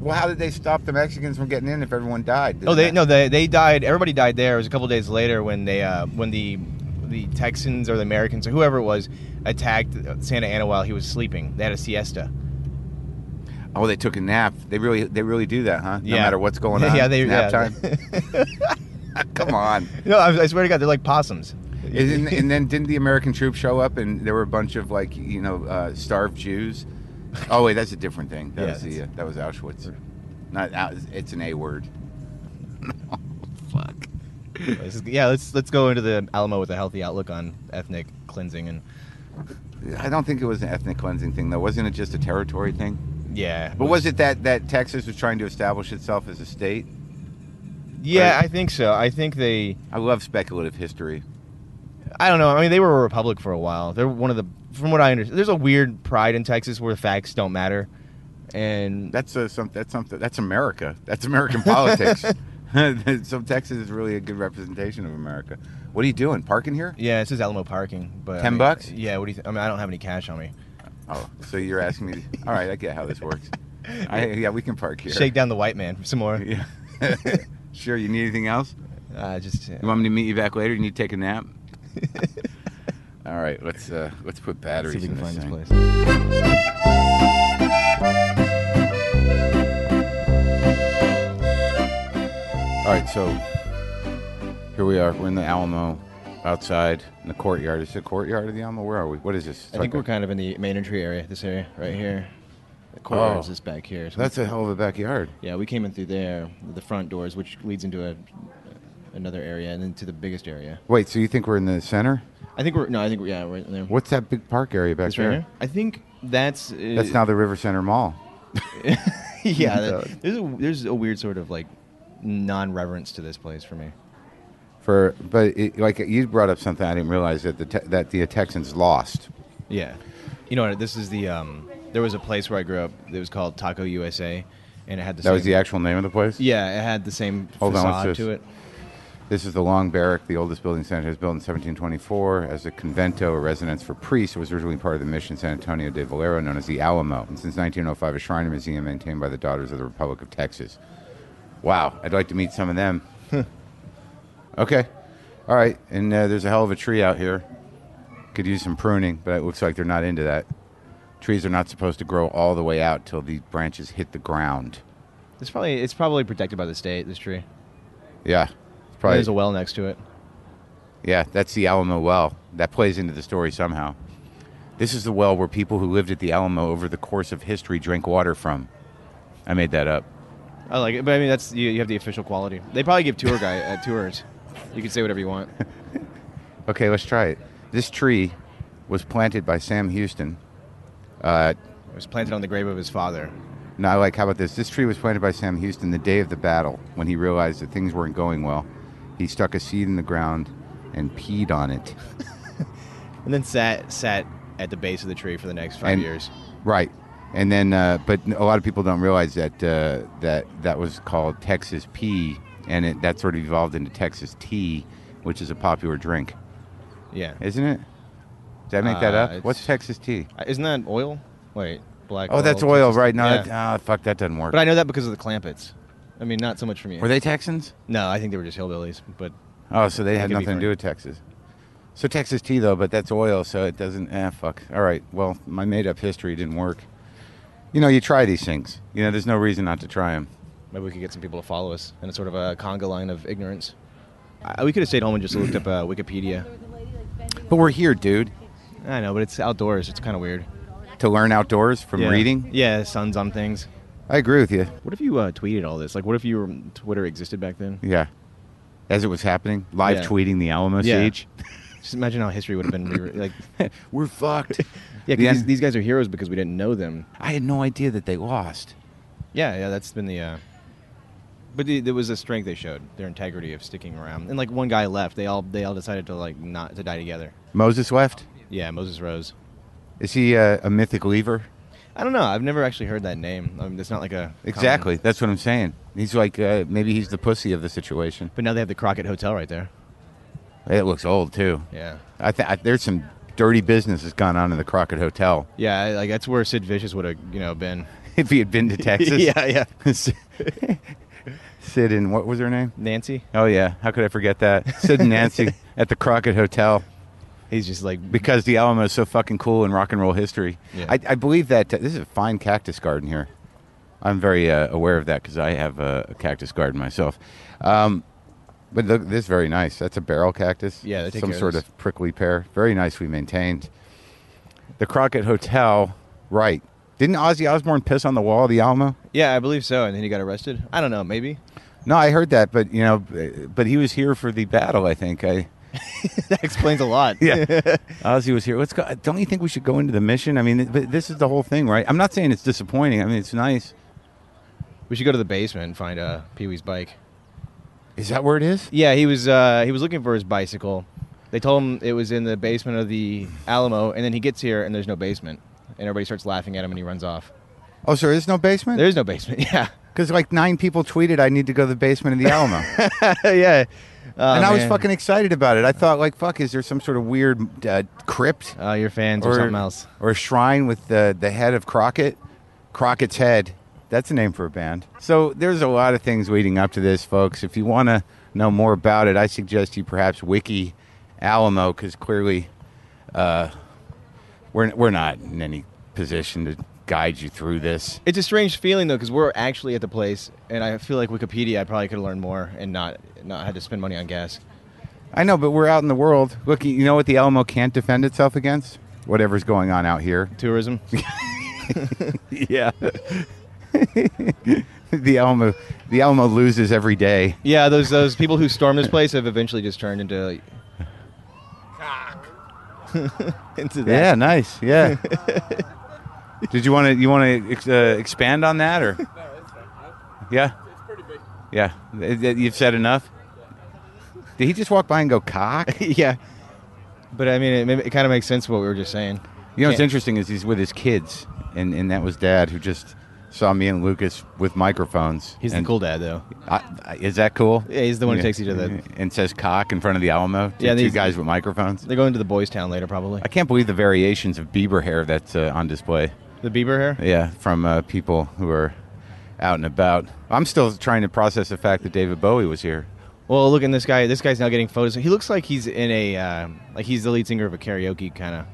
A: Well, how did they stop the Mexicans from getting in if everyone died?
D: Oh, they no, they they died. Everybody died there. It was a couple days later when they uh, when the the Texans or the Americans or whoever it was attacked Santa Ana while he was sleeping. They had a siesta.
A: Oh, they took a nap. They really they really do that, huh? No
D: Yeah.
A: matter what's going on.
D: [LAUGHS] yeah, they
A: nap
D: yeah. [LAUGHS]
A: time. Come on.
D: no, I, I swear to God, they're like possums.
A: And then, and then didn't the American troops show up and there were a bunch of like you know uh, starved Jews? Oh wait, that's a different thing. That
D: Yeah,
A: was the, uh, that was Auschwitz. Not Au- it's an A word. Fuck.
D: This is- yeah, let's let's go into the Alamo with a healthy outlook on ethnic cleansing and
A: I don't think it was an ethnic cleansing thing though. Wasn't it just a territory thing?
D: yeah,
A: But was it that that Texas was trying to establish itself as a state?
D: yeah,
A: Right.
D: I think so. I think they.
A: I love speculative history.
D: I don't know. I mean, they were a republic for a while. They're one of the, from what I understand, there's a weird pride in Texas where facts don't matter, and
A: That's a, some, that's something. That's America. That's American politics. [LAUGHS] so Texas is really a good representation of America. What are you doing? Parking here?
D: yeah, it says Alamo parking, but I
A: 10
D: mean, uh,
A: bucks?
D: Yeah, what do you? Th- I mean, I don't have any cash on me.
A: Oh, so you're asking me? All right, I get how this works. I, [LAUGHS] yeah, we can park here.
D: Shake down the white man for some more.
A: [LAUGHS] Yeah. sure. You need anything else?
D: Uh, just
A: You want me to meet you back later? You need to take a
D: [LAUGHS]
A: nap. All right, let's uh, let's put
D: see if
A: batteries
D: we
A: in
D: can
A: this
D: find
A: thing.
D: this place.
A: All right, so here we are. We're in the Alamo, outside in the courtyard. Is it the courtyard of the Alamo? Where are we? What is this? It's
D: I think we're
A: like
D: kind of in the main entry area. This area right here. The courtyard's
A: Oh.
D: is back here. So
A: a- that's a hell of a backyard.
D: Yeah, we came in through there, the front doors, which leads into a another area and then to the biggest area.
A: Wait, so you think we're in the center?
D: I think we're no, I think we're, yeah, we're in there.
A: What's that big park area back
D: This right
A: there?
D: here? I think that's uh,
A: That's now the River Center Mall.
D: [LAUGHS] yeah. that- there's a there's a weird sort of like non-reverence to this place for me.
A: For but it, like you brought up something I didn't realize that the te- that the Texans lost.
D: Yeah, you know this is the um. There was a place where I grew up. that was called Taco USA, and it had the
A: That
D: same,
A: was the actual name of the place.
D: yeah. It had the same
A: Hold on, what's
D: facade
A: this?
D: to it.
A: This is the Long Barrack, the oldest building in San Antonio. It was built in 1724 as a convento, a residence for priests. It was originally part of the Mission San Antonio de Valero, known as the Alamo, and since 1905, a shrine and museum maintained by the Daughters of the Republic of Texas. Wow, I'd like to meet some of them. okay, all right, and uh, there's a hell of a tree out here. Could use some pruning, but it looks like they're not into that. Trees are not supposed to grow all the way out till the branches hit the ground.
D: It's probably it's probably protected by the state. This tree.
A: Yeah, it's probably
D: There's a well next to it.
A: Yeah, that's the Alamo well. That plays into the story somehow. This is the well where people who lived at the Alamo over the course of history drank water from. I made that up.
D: I like it, but I mean that's you, you have the official quality. They probably give tour guy uh, tours. You can say whatever you want.
A: Okay, let's try it. This tree was planted by Sam Houston. Uh,
D: It was planted on the grave of his father.
A: now, I like, how about this? This tree was planted by Sam Houston the day of the battle when he realized that things weren't going well. He stuck a seed in the ground and peed on it.
D: and then sat sat at the base of the tree for the next five
A: And-
D: years.
A: Right. And then, uh, but a lot of people don't realize that uh, that that was called Texas P, and it, that sort of evolved into Texas tea, which is a popular drink,
D: Yeah,
A: isn't it? Did I make that
D: Uh,
A: up?
D: it's-
A: What's Texas tea?
D: Uh, isn't that oil? Wait, black.
A: Oh, that's oil,
D: Texas-
A: right? No,
D: Yeah.
A: that, oh, fuck, that doesn't work.
D: but I know that because of the clampets. I mean, not so much from you.
A: Were they Texans?
D: no, I think they were just hillbillies. But
A: Oh, so they had
D: could be
A: nothing to
D: for-
A: do with Texas. So Texas tea, though, but that's oil, so it doesn't. Ah, fuck. All right. Well, my made-up history didn't work. You know, you try these things. You know, there's no reason not to try them.
D: maybe we could get some people to follow us in a sort of a conga line of ignorance. I, we could have stayed home and just looked up uh, Wikipedia.
A: But we're here, dude,
D: I know, but it's outdoors. It's kind of weird.
A: to learn outdoors from
D: Yeah.
A: reading.
D: Yeah, suns on things.
A: I agree with you.
D: What if you uh, tweeted all this? Like, what if you were, Twitter existed back then?
A: Yeah. as it was happening, live
D: Yeah.
A: tweeting the Alamo
D: Yeah.
A: siege. [LAUGHS]
D: Just imagine how history would have been re- like. [LAUGHS] Yeah,
A: We're [LAUGHS] fucked.
D: 'cause
A: Yeah.
D: these, these guys are heroes because we didn't know them.
A: I had no idea that they lost.
D: Yeah, yeah, that's been the. Uh, but the, there was a strength they showed, their integrity of sticking around, and like one guy left, they all they all decided to like not to die together.
A: Moses left.
D: Yeah, Moses Rose.
A: Is he uh, a mythic leaver?
D: I don't know. I've never actually heard that name. I mean, it's not like a common-
A: Exactly. That's what I'm saying. He's like uh, maybe he's the pussy of the situation.
D: But now they have the Crockett Hotel right there.
A: It looks old too.
D: Yeah,
A: I think I- there's some dirty business that's gone on in the Crockett Hotel. [LAUGHS]
D: yeah. I- Like that's where Sid Vicious would have you know been.
A: If he had been to [LAUGHS] Texas,
D: yeah, yeah.
A: Sid and what was her name?
D: Nancy.
A: Oh yeah, how could I forget that? Sid and [LAUGHS] Nancy at the Crockett Hotel
D: He's just like
A: because the Alamo is so fucking cool in rock and roll history.
D: Yeah.
A: I, I believe that uh, this is a fine cactus garden here. I'm very uh, aware of that because I have a, a cactus garden myself. Um, but look, this is very nice. That's a barrel cactus.
D: Yeah, they take
A: some
D: care of
A: sort
D: this.
A: of prickly pear. Very nicely maintained. The Crockett Hotel, right? Didn't Ozzy Osbourne piss on the wall of the Alamo?
D: yeah, I believe so. And then he got arrested. I don't know. Maybe [LAUGHS]
A: No, I heard that, but you know, but he was here for the battle. I think I.
D: that explains a lot.
A: [LAUGHS] Yeah, Ozzy was here. Let's go. Don't you think we should go into the mission? I mean, th- but this is the whole thing, right? I'm not saying it's disappointing. I mean, it's nice.
D: we should go to the basement and find uh, Pee Wee's bike.
A: Is that where it is?
D: Yeah, he was uh, he was looking for his bicycle. They told him it was in the basement of the Alamo, and then he gets here and there's no basement, and everybody starts laughing at him and he runs off.
A: Oh, so there's no basement?
D: There is no basement. [LAUGHS] Yeah,
A: Because like nine people tweeted, I need to go to the basement of the [LAUGHS] Alamo. and
D: yeah. Oh,
A: I was
D: man.
A: fucking excited about it. I thought, like, fuck, is there some sort of weird uh, crypt
D: Oh, your fans or, something else.
A: or a shrine with the, the head of Crockett? Crockett's Head. That's a name for a band. So there's a lot of things leading up to this, folks. If you want to know more about it, I suggest you perhaps wiki Alamo because clearly uh, we're, we're not in any position to guide you through this.
D: It's a strange feeling though, because we're actually at the place, and I feel like Wikipedia. I probably could have learned more and not not had to spend money on gas.
A: I know, but we're out in the world. Look, you know what the Alamo can't defend itself against? Whatever's going on out
D: [LAUGHS]
A: here.
D: Tourism.
A: Yeah. [LAUGHS] the Alamo the Alamo loses every day.
D: yeah, those those people who storm this place have eventually just turned into. Like, into that.
A: Yeah, nice.
D: [LAUGHS]
A: Yeah. Did you want to you want to ex- uh, expand on that
D: [LAUGHS]
A: or? Yeah. Yeah. Th- th- You've said enough. Did he just walk by and go cock?
D: [LAUGHS] yeah. But I mean, it, ma- it kind of makes sense what we were just saying.
A: You know what's
D: Yeah.
A: interesting is he's with his kids, and and that was dad who just saw me and Lucas with microphones.
D: He's
A: and
D: the cool dad, though.
A: I, I- is that cool?
D: Yeah, he's the one who takes you to the-
A: and says cock in front of the Alamo. Two,
D: Yeah,
A: two
D: these-
A: guys with microphones.
D: They're going to the boys' town later, probably.
A: I can't believe the variations of Bieber hair that's uh, on display.
D: The Bieber hair.
A: Yeah, from uh, people who are out and about. I'm still trying to process the fact that David Bowie was here.
D: Well, look at this guy. This guy's now getting photos. He looks like he's in a uh, like he's the lead singer of a karaoke kind of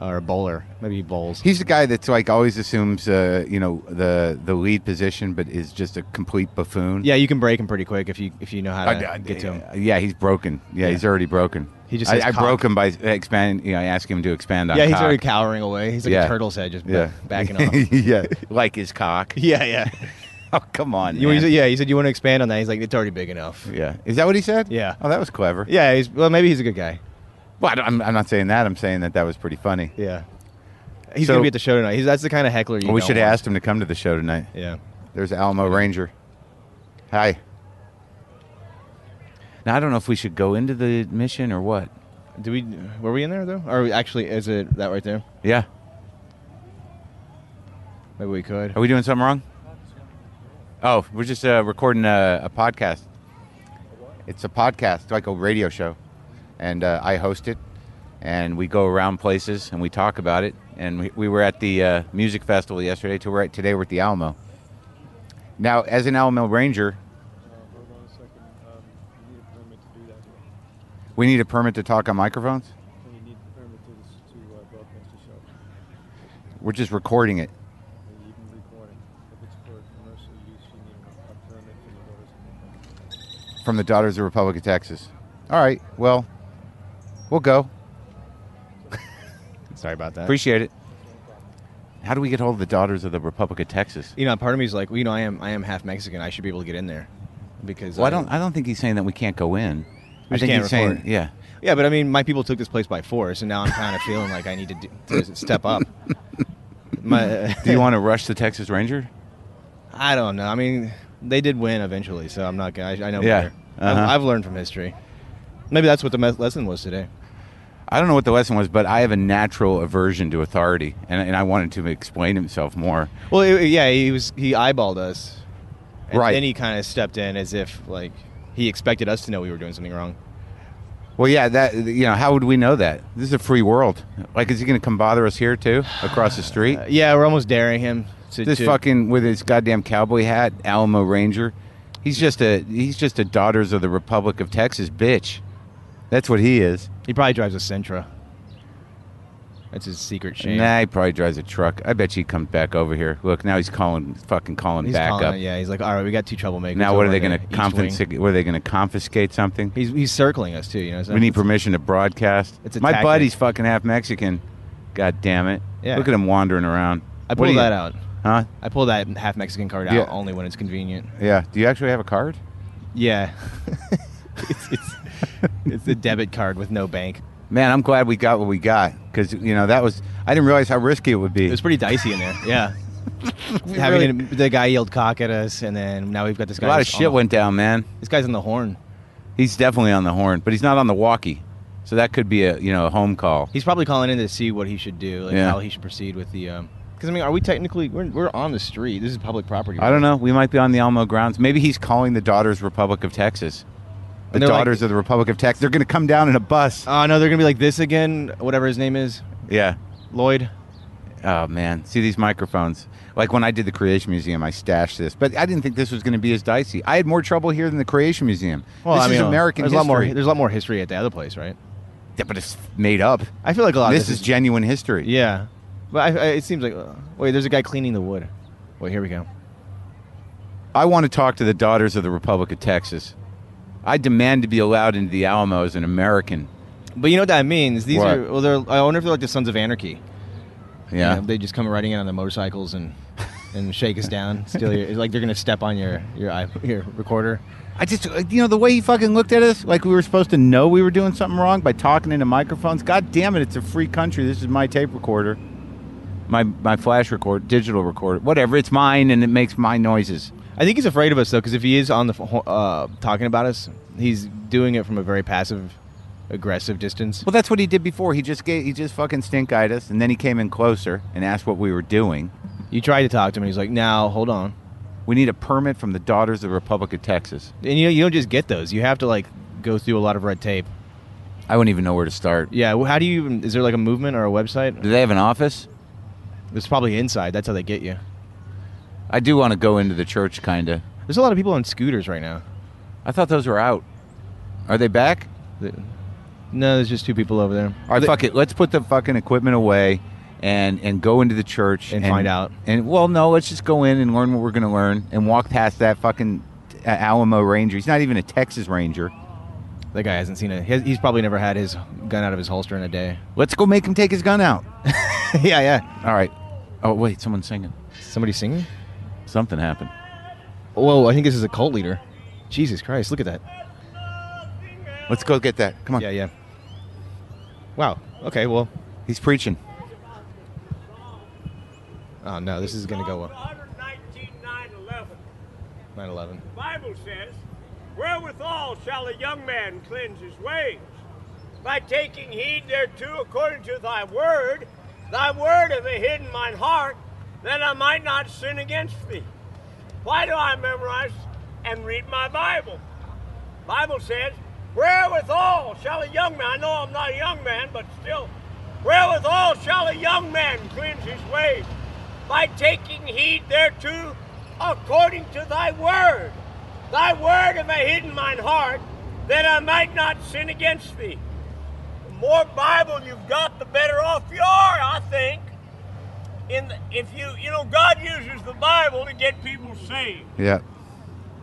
D: or a bowler. Maybe he bowls.
A: He's the guy that's like always assumes, uh, you know, the the lead position, but is just a complete buffoon.
D: yeah, you can break him pretty quick if you if you know how
A: I,
D: to
A: I-
D: get to him.
A: Yeah, he's broken. Yeah, he's already broken.
D: He just
A: I,
D: says
A: I
D: cock.
A: broke him by expanding. You know, I asked him to expand on.
D: Yeah, he's
A: cock.
D: already cowering away. He's like
A: Yeah.
D: a turtle's head, just
A: Yeah,
D: ba-
A: [LAUGHS]
D: backing off. [LAUGHS]
A: yeah, like his cock.
D: yeah, yeah.
A: [LAUGHS] Oh, come on.
D: You,
A: man.
D: he said, yeah, he said you want to expand on that. He's like, it's already big enough.
A: Yeah. Is that what he said?
D: Yeah.
A: Oh, that was clever.
D: Yeah, he's, well, maybe he's a good guy.
A: Well, I don't- I'm, I'm not saying that. I'm saying that that was pretty funny.
D: Yeah, he's
A: So-
D: gonna be at the show tonight. He's that's the kind of heckler you.
A: we
D: don't
A: should have
D: want.
A: asked him to come to the show tonight.
D: Yeah.
A: There's Alamo Ranger. Hi. Now, I don't know if we should go into the mission or what.
D: Do we? Were we in there though? Or actually, is it that right there?
A: Yeah.
D: Maybe we could.
A: Are we doing something wrong? Oh, we're just uh, recording a, a podcast. It's a podcast, like a radio show, and uh, I host it. And we go around places and we talk about it. And we, we were at the uh, music festival yesterday. To right today, we're at the Alamo. Now, as an Alamo Ranger,
B: Uh, Um,
A: we need a permit to talk on microphones.
B: uh,
A: We're just recording it. from the Daughters of the Republic of Texas. All right, well, we'll go.
D: Sorry about that.
A: Appreciate it. How do we get hold of the Daughters of the Republic of Texas?
D: you know, part of me is like, well, you know, I am I am half Mexican. I should be able to get in there. because
A: Well, I don't. I don't think he's saying that we can't go in. I
D: just
A: think
D: can't
A: he's
D: record.
A: saying, yeah.
D: Yeah, but I mean, my people took this place by force, and now I'm kind of feeling like I need to, do, to
A: [LAUGHS]
D: step up. My,
A: Do you want to rush the Texas Ranger?
D: [LAUGHS] I don't know. I mean, they did win eventually, so I'm not gonna. I, I know
A: Yeah.
D: better.
A: Uh-huh.
D: I've, I've learned from history. Maybe that's what the mes- lesson was today.
A: I don't know what the lesson was, but I have a natural aversion to authority, and, and I wanted to explain himself more.
D: Well, it- yeah, he was he eyeballed us, and
A: Right.
D: Then he kind of stepped in as if like he expected us to know we were doing something wrong.
A: Well, yeah, that you know, how would we know that? This is a free world. Like, is he going to come bother us here too, across the street?
D: Uh, yeah, we're almost daring him to
A: this
D: to-
A: fucking with his goddamn cowboy hat, Alamo Ranger. He's just a he's just a Daughters of the Republic of Texas bitch. That's what he is.
D: He probably drives a Sentra. That's his secret shame.
A: Nah, he probably drives a truck. I bet you he comes back over here. Look, now he's calling, fucking calling
D: He's
A: back
D: calling
A: up.
D: it, Yeah, he's like, all right, we got two troublemakers.
A: Now, what are
D: over
A: they
D: there,
A: going to
D: each wing."
A: confiscate? What are they going to confiscate something?
D: He's, he's circling us too. You know, so
A: We need permission to broadcast.
D: It's a
A: My
D: tactic.
A: buddy's fucking half Mexican. God damn it!
D: Yeah.
A: Look at him wandering around.
D: I
A: What
D: pull
A: do you-
D: that out.
A: huh?
D: I pull that half Mexican card
A: Yeah.
D: out only when it's convenient.
A: Yeah. Do you actually have a card?
D: Yeah, [LAUGHS] it's, it's it's a debit card with no bank.
A: Man, I'm glad we got what we got because you know that was I didn't realize how risky it would be.
D: It was pretty dicey in there.
A: [LAUGHS]
D: Yeah, having it- the guy yelled cock at us, and then now we've got this
A: a
D: guy.
A: lot of
D: who's on
A: shit
D: the-
A: went down, man.
D: This guy's on the horn.
A: He's definitely on the horn, but he's not on the walkie, so that could be a you know a home call.
D: He's probably calling in to see what he should do, like
A: Yeah.
D: how he should proceed with the. um 'cause because I mean, are we technically we're, we're on the street? This is public property.
A: I don't know. We might be on the Alamo grounds. Maybe he's calling the Daughters Republic of Texas. The
D: And they're like-
A: Daughters of the Republic of Texas. They're going to come down in a bus.
D: Oh no, they're gonna be like this again. Whatever his name is,
A: yeah.
D: Lloyd.
A: Oh man, see these microphones. Like when I did the Creation Museum, I stashed this, but I didn't think this was going to be as dicey. I had more trouble here than the Creation Museum. this is
D: uh,
A: American
D: there's
A: history,
D: A lot more, there's a lot more history at the other place, right?
A: Yeah, but it's made up.
D: I feel like a lot
A: this
D: of
A: is genuine history.
D: Yeah, but I, I, it seems like uh, wait, there's a guy cleaning the wood. Wait, here we go.
A: I want to talk to the Daughters of the Republic of Texas. I demand to be allowed into the Alamo as an American.
D: But you know what that means? These
A: What?
D: are well, they're I wonder if they're like the Sons of Anarchy.
A: Yeah.
D: You know, they just come riding in on their motorcycles and and shake us down, steal your like they're gonna step on your your i- your recorder.
A: I just, uh, you know, the way he fucking looked at us, like we were supposed to know we were doing something wrong by talking into microphones. God damn it, it's a free country. This is my tape recorder, my my flash record, digital recorder, whatever. It's mine, and it makes my noises.
D: I think he's afraid of us though, because if he is on the ph- uh, talking about us, he's doing it from a very passive, aggressive distance.
A: Well, that's what he did before. He just gave, he just fucking stink eyed us, and then he came in closer and asked what we were doing.
D: You try to talk to him, and he's like, "Now, hold on."
A: We need a permit from the Daughters of the Republic of Texas.
D: And you know, you don't just get those. You have to like go through a lot of red tape.
A: I wouldn't even know where to start.
D: Yeah. well, How do you even? Is there like a movement or a website?
A: Do they have an office?
D: It's probably inside. That's how they get you.
A: I do want to go into the church, kind of.
D: There's a lot of people on scooters right now.
A: I thought those were out. Are they back?
D: The- No, there's just two people over there.
A: All right, fuck it. Let's put the fucking equipment away and and go into the church
D: And find out.
A: And well, no, let's just go in and learn what we're going to learn and walk past that fucking uh, Alamo Ranger. He's not even a Texas Ranger.
D: That guy hasn't seen it. He has- He's probably never had his gun out of his holster in a day.
A: Let's go make him take his gun [LAUGHS] out.
D: yeah, yeah.
A: All right. Oh wait, someone's singing.
D: Somebody singing?
A: Something happened.
D: Whoa, I think this is a cult leader. Jesus Christ, look at that.
A: Let's go get that. Come on.
D: [LAUGHS] Yeah, yeah. Wow. Okay, well.
A: He's preaching.
D: Oh, no, this is going to go well.
H: 119, 911.
D: 9 11.
H: The Bible says, Wherewithal shall a young man cleanse his ways? By taking heed thereto according to thy word. Thy word have I hidden mine heart, that I might not sin against thee. Why do I memorize and read my Bible? Bible says, Wherewithal shall a young man, I know I'm not a young man, but still, wherewithal shall a young man cleanse his ways? By taking heed thereto according to thy word. Thy word have I hidden mine heart, that I might not sin against thee. The more Bible you've got, the better off you are, I think. In the, if you, you know, God uses the Bible to get people saved.
A: Yeah.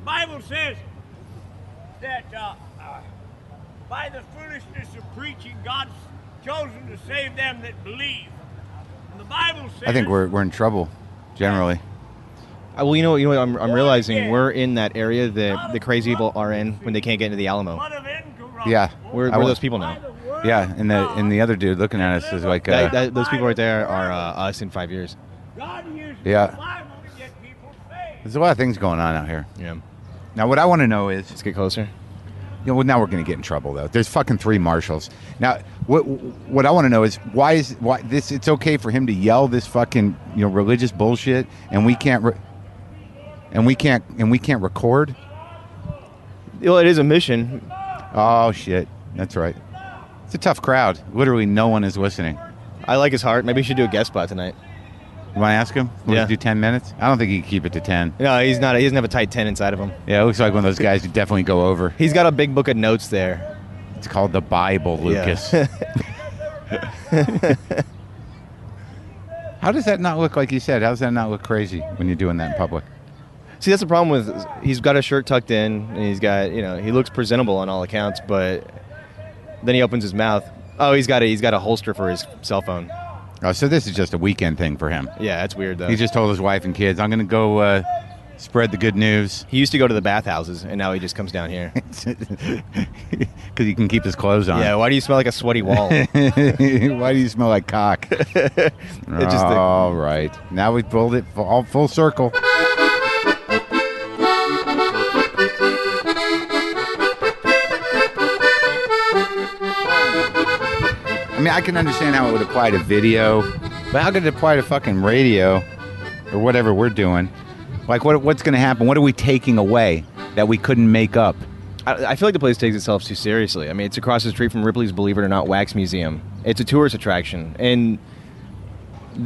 H: Bible says that uh, uh, by the foolishness of preaching, God's chosen to save them that believe. And the Bible says
A: I think we're we're in trouble generally.
D: Uh, well, you know, you know, what I'm, I'm realizing we're in that area that the crazy people are in when they can't get into the Alamo.
H: Blood of incorruptible.
A: Yeah.
D: We're,
A: I
D: we're
A: wa-
D: those people now.
A: Yeah, and the and the other dude looking at us is like, uh,
D: That, that, those people right there are uh, us in five years.
H: God used
A: Yeah.
H: the Bible to get people saved.
A: there's a lot of things going on out here.
D: Yeah.
A: Now, what I want to know is,
D: Let's get closer.
A: you know, well, now we're going to get in trouble though. There's fucking three marshals. Now, what what I want to know is why is why this? It's okay for him to yell this fucking you know religious bullshit, and we can't, re- and we can't, and we can't record.
D: Well, it is a mission.
A: Oh shit, that's right. It's a tough crowd. Literally, no one is listening.
D: I like his heart. Maybe we should do a guest spot tonight.
A: You want to ask him? Want
D: Yeah.
A: to do ten minutes? I don't think he can keep it to ten.
D: No, he's not. He doesn't have a tight ten inside of him.
A: Yeah, it looks like one of those guys who definitely go over.
D: He's got a big book of notes there.
A: It's called the Bible,
D: Yeah.
A: Lucas. How does that not look like you said? How does that not look crazy when you're doing that in public?
D: See, that's the problem with. He's got his shirt tucked in, and he's got you know he looks presentable on all accounts, but then he opens his mouth. Oh, he's got a he's got a holster for his cell phone.
A: Oh, so this is just a weekend thing for him.
D: Yeah, that's weird though.
A: He just told his wife and kids, "I'm going to go uh, spread the good news," [LAUGHS]
D: he used to go to the bathhouses, and now he just comes down [LAUGHS] here.
A: because he can keep his clothes on.
D: yeah, why do you smell like a sweaty [LAUGHS]
A: [LAUGHS]
D: wall?
A: Why do you smell like cock?
D: just-
A: All right. Now we've pulled it fu- all full circle. I mean, I can understand how it would apply to video, but how could it apply to fucking radio or whatever we're doing? Like, what, what's going to happen? What are we taking away that we couldn't make up?
D: I, I feel like the place takes itself too seriously. I mean, it's across the street from Ripley's Believe It or Not Wax Museum. It's a tourist attraction, and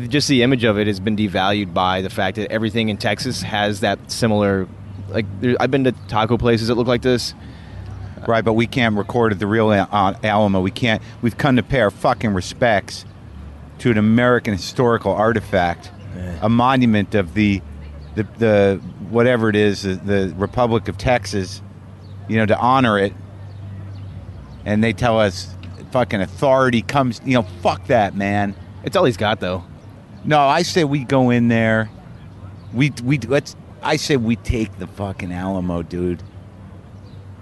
D: just the image of it has been devalued by the fact that everything in Texas has that similar. Like, there, I've been to taco places that look like this.
A: Right, but we can't record at the real Al- Al- Alamo. We can't. We've come to pay our fucking respects to an American historical artifact, a monument of the, the, the whatever it is, the, the Republic of Texas. You know, to honor it, and they tell us fucking authority comes. You know, fuck that, man.
D: It's all he's got, though.
A: No, I say we go in there. We we let's. I say we take the fucking Alamo, dude.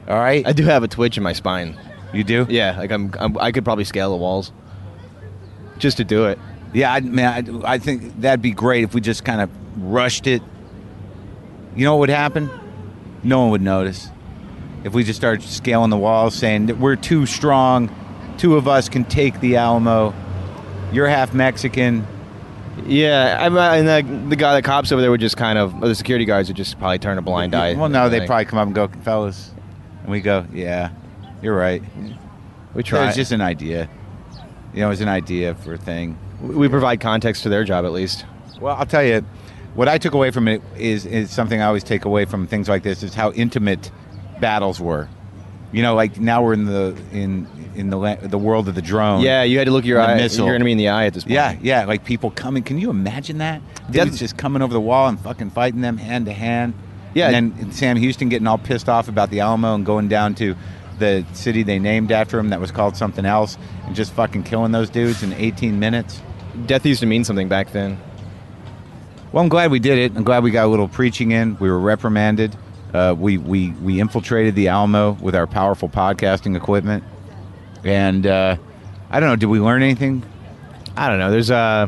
A: All right,
D: I do have a twitch in my spine.
A: you do.
D: Yeah, like I'm, I'm I could probably scale the walls just to do it.
A: Yeah, I, man, I, I think that'd be great if we just kind of rushed it. You know what would happen? No one would notice if we just started scaling the walls, saying that we're too strong. Two of us can take the Alamo. You're half Mexican.
D: Yeah, I'm, uh, and the, the guy, the cops over there would just kind of, or the security guards would just probably turn a blind eye.
A: Well, no, they
D: Like,
A: probably come up and go, fellas, and we go, yeah, you're right.
D: we
A: It
D: try.
A: was just an idea. You know, it was an idea for a thing.
D: We provide context to their job at least.
A: Well, I'll tell you, what I took away from it is is something I always take away from things like this is how intimate battles were. You know, like now we're in the in in the la- the world of the drone.
D: Yeah, you had to look your
A: Oh, The
D: eye,
A: missile.
D: your enemy in the eye at this point.
A: Yeah, yeah, like people coming. Can you imagine that? Dudes
D: That's-
A: just coming over the wall and fucking fighting them hand to hand.
D: Yeah.
A: And then Sam Houston getting all pissed off about the Alamo and going down to the city they named after him that was called something else and just fucking killing those dudes in 18 minutes.
D: death used to mean something back then.
A: Well, I'm glad we did it. I'm glad we got a little preaching in. We were reprimanded. Uh, we, we, we infiltrated the Alamo with our powerful podcasting equipment. And uh, I don't know, did we learn anything?
D: I don't know. There's uh,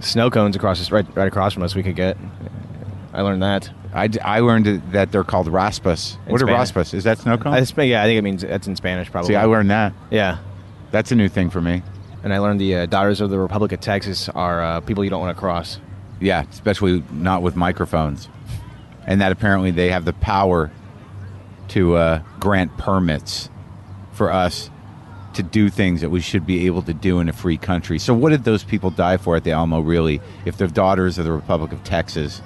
D: snow cones across this, right, right across from us. We could get. I learned that.
A: I, d- I learned that they're called raspas.
D: In
A: what are
D: Spanish.
A: raspas? Is that snow cone?
D: I, sp- yeah, I think it means that's in Spanish probably.
A: See, I learned that.
D: yeah,
A: That's a new thing for me.
D: and I learned the uh, daughters of the Republic of Texas are uh, people you don't want to cross.
A: Yeah, especially not with microphones. And that apparently they have the power to uh, grant permits for us to do things that we should be able to do in a free country. So, what did those people die for at the Alamo, really, if the daughters of the Republic of Texas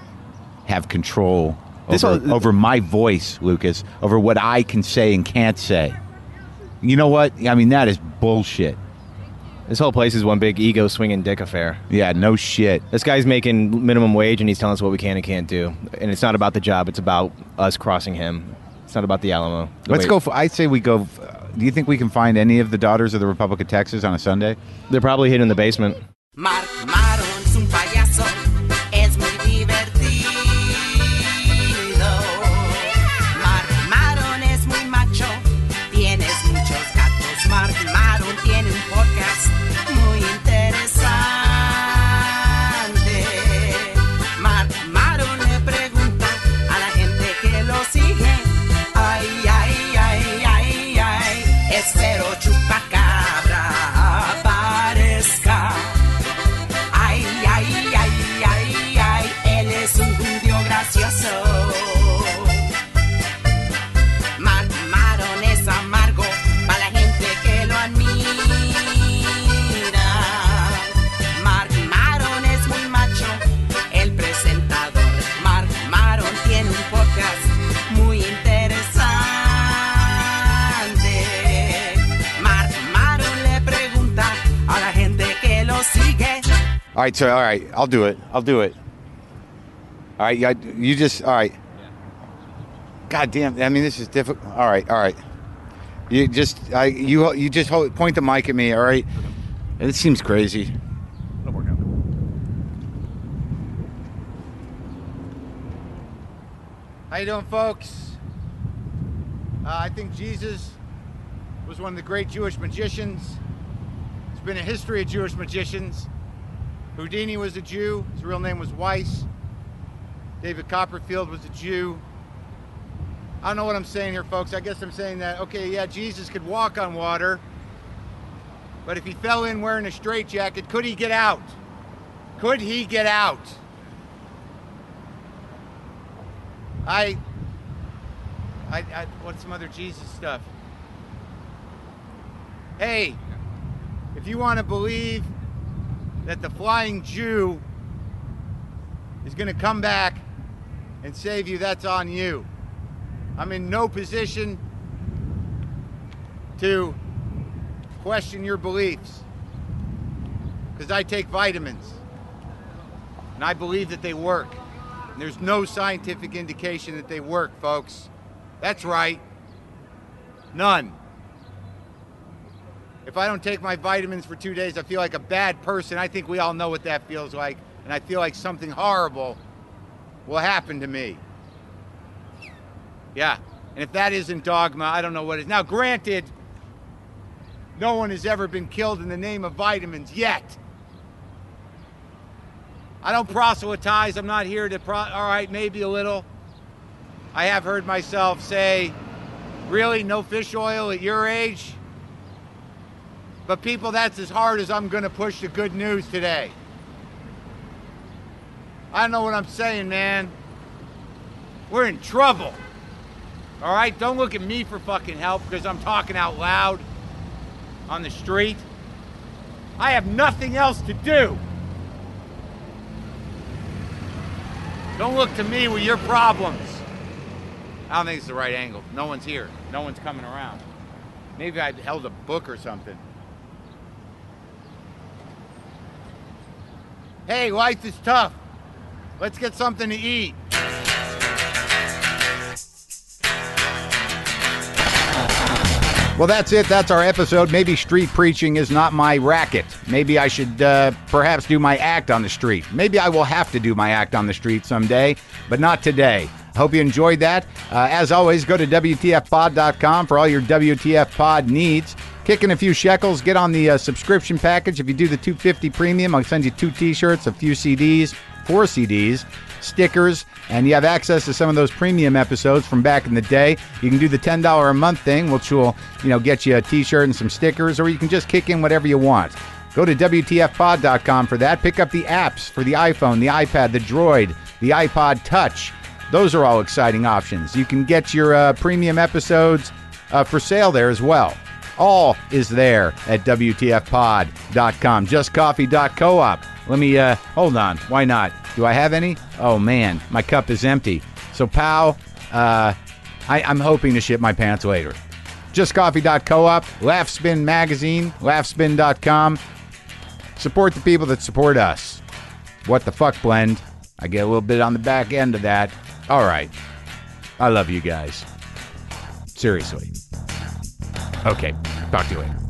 A: have control
D: This
A: over,
D: all- uh,
A: over my voice, Lucas, over what I can say and can't say? You know what? I mean, that is bullshit.
D: This whole place is one big ego swinging dick affair.
A: Yeah, no shit.
D: This guy's making minimum wage, and he's telling us what we can and can't do. And it's not about the job; it's about us crossing him. It's not about the Alamo.
A: Let's
D: Wait.
A: go. f I I say we go. f- uh, Do you think we can find any of the daughters of the Republic of Texas on a Sunday?
D: They're probably hidden in the basement.
I: Mark Maron es un payaso, es muy divertido.
A: All right, so all right, I'll do it. I'll do it. All right, I- you just all right. God damn! I mean, this is difficult. All right, all right. You just I you you just hold, point the mic at me. All right. It seems crazy. How you doing, folks? Uh, I think Jesus was one of the great Jewish magicians. There's been a history of Jewish magicians. Houdini was a Jew. His real name was Weiss. David Copperfield was a Jew. I don't know what I'm saying here, folks. I guess I'm saying that, okay, yeah, Jesus could walk on water, but if he fell in wearing a straitjacket, could he get out? Could he get out? I, I, I what's some other Jesus stuff? Hey, if you want to believe that the flying Jew is going to come back and save you, that's on you. I'm in no position to question your beliefs because I take vitamins and I believe that they work. And there's no scientific indication that they work, folks. That's right. None. If I don't take my vitamins for two days, I feel like a bad person. I think we all know what that feels like. And I feel like something horrible will happen to me. Yeah. And if that isn't dogma, I don't know what is. Now, granted, no one has ever been killed in the name of vitamins yet. I don't proselytize. I'm not here to pro. All right, maybe a little. I have heard myself say, really, no fish oil at your age? But people, that's as hard as I'm going to push the good news today. I know what I'm saying, man. We're in trouble. All right, don't look at me for fucking help because I'm talking out loud on the street. I have nothing else to do. Don't look to me with your problems. I don't think it's the right angle. No one's here. No one's coming around. Maybe I held a book or something. Hey, life is tough. Let's get something to eat.
B: Well, that's it. That's our episode. Maybe street preaching is not my racket. Maybe I should uh, perhaps do my act on the street. Maybe I will have to do my act on the street someday, but not today. I Hope you enjoyed that. Uh, as always, go to WTFpod.com for all your WTF pod needs. Kick in a few shekels, get on the uh, subscription package. If you do the 250 premium, I'll send you two t shirts, a few CDs, four CDs, stickers, and you have access to some of those premium episodes from back in the day. You can do the ten dollar a month thing, which will you know get you a T-shirt and some stickers, or you can just kick in whatever you want. Go to WTFpod.com for that. Pick up the apps for the iPhone, the iPad, the Droid, the iPod Touch. Those are all exciting options. You can get your uh, premium episodes uh, for sale there as well. All is there at WTFpod.com. JustCoffee.coop. Let me, uh, hold on. Why not? Do I have any? Oh, man. My cup is empty. So, pal, uh, I, I'm hoping to shit my pants later. JustCoffee.coop, Laughspin Magazine, laughspin.com. Support the people that support us. What the fuck, Blend? I get a little bit on the back end of that. All right. I love you guys. Seriously. Okay. Talk to you later.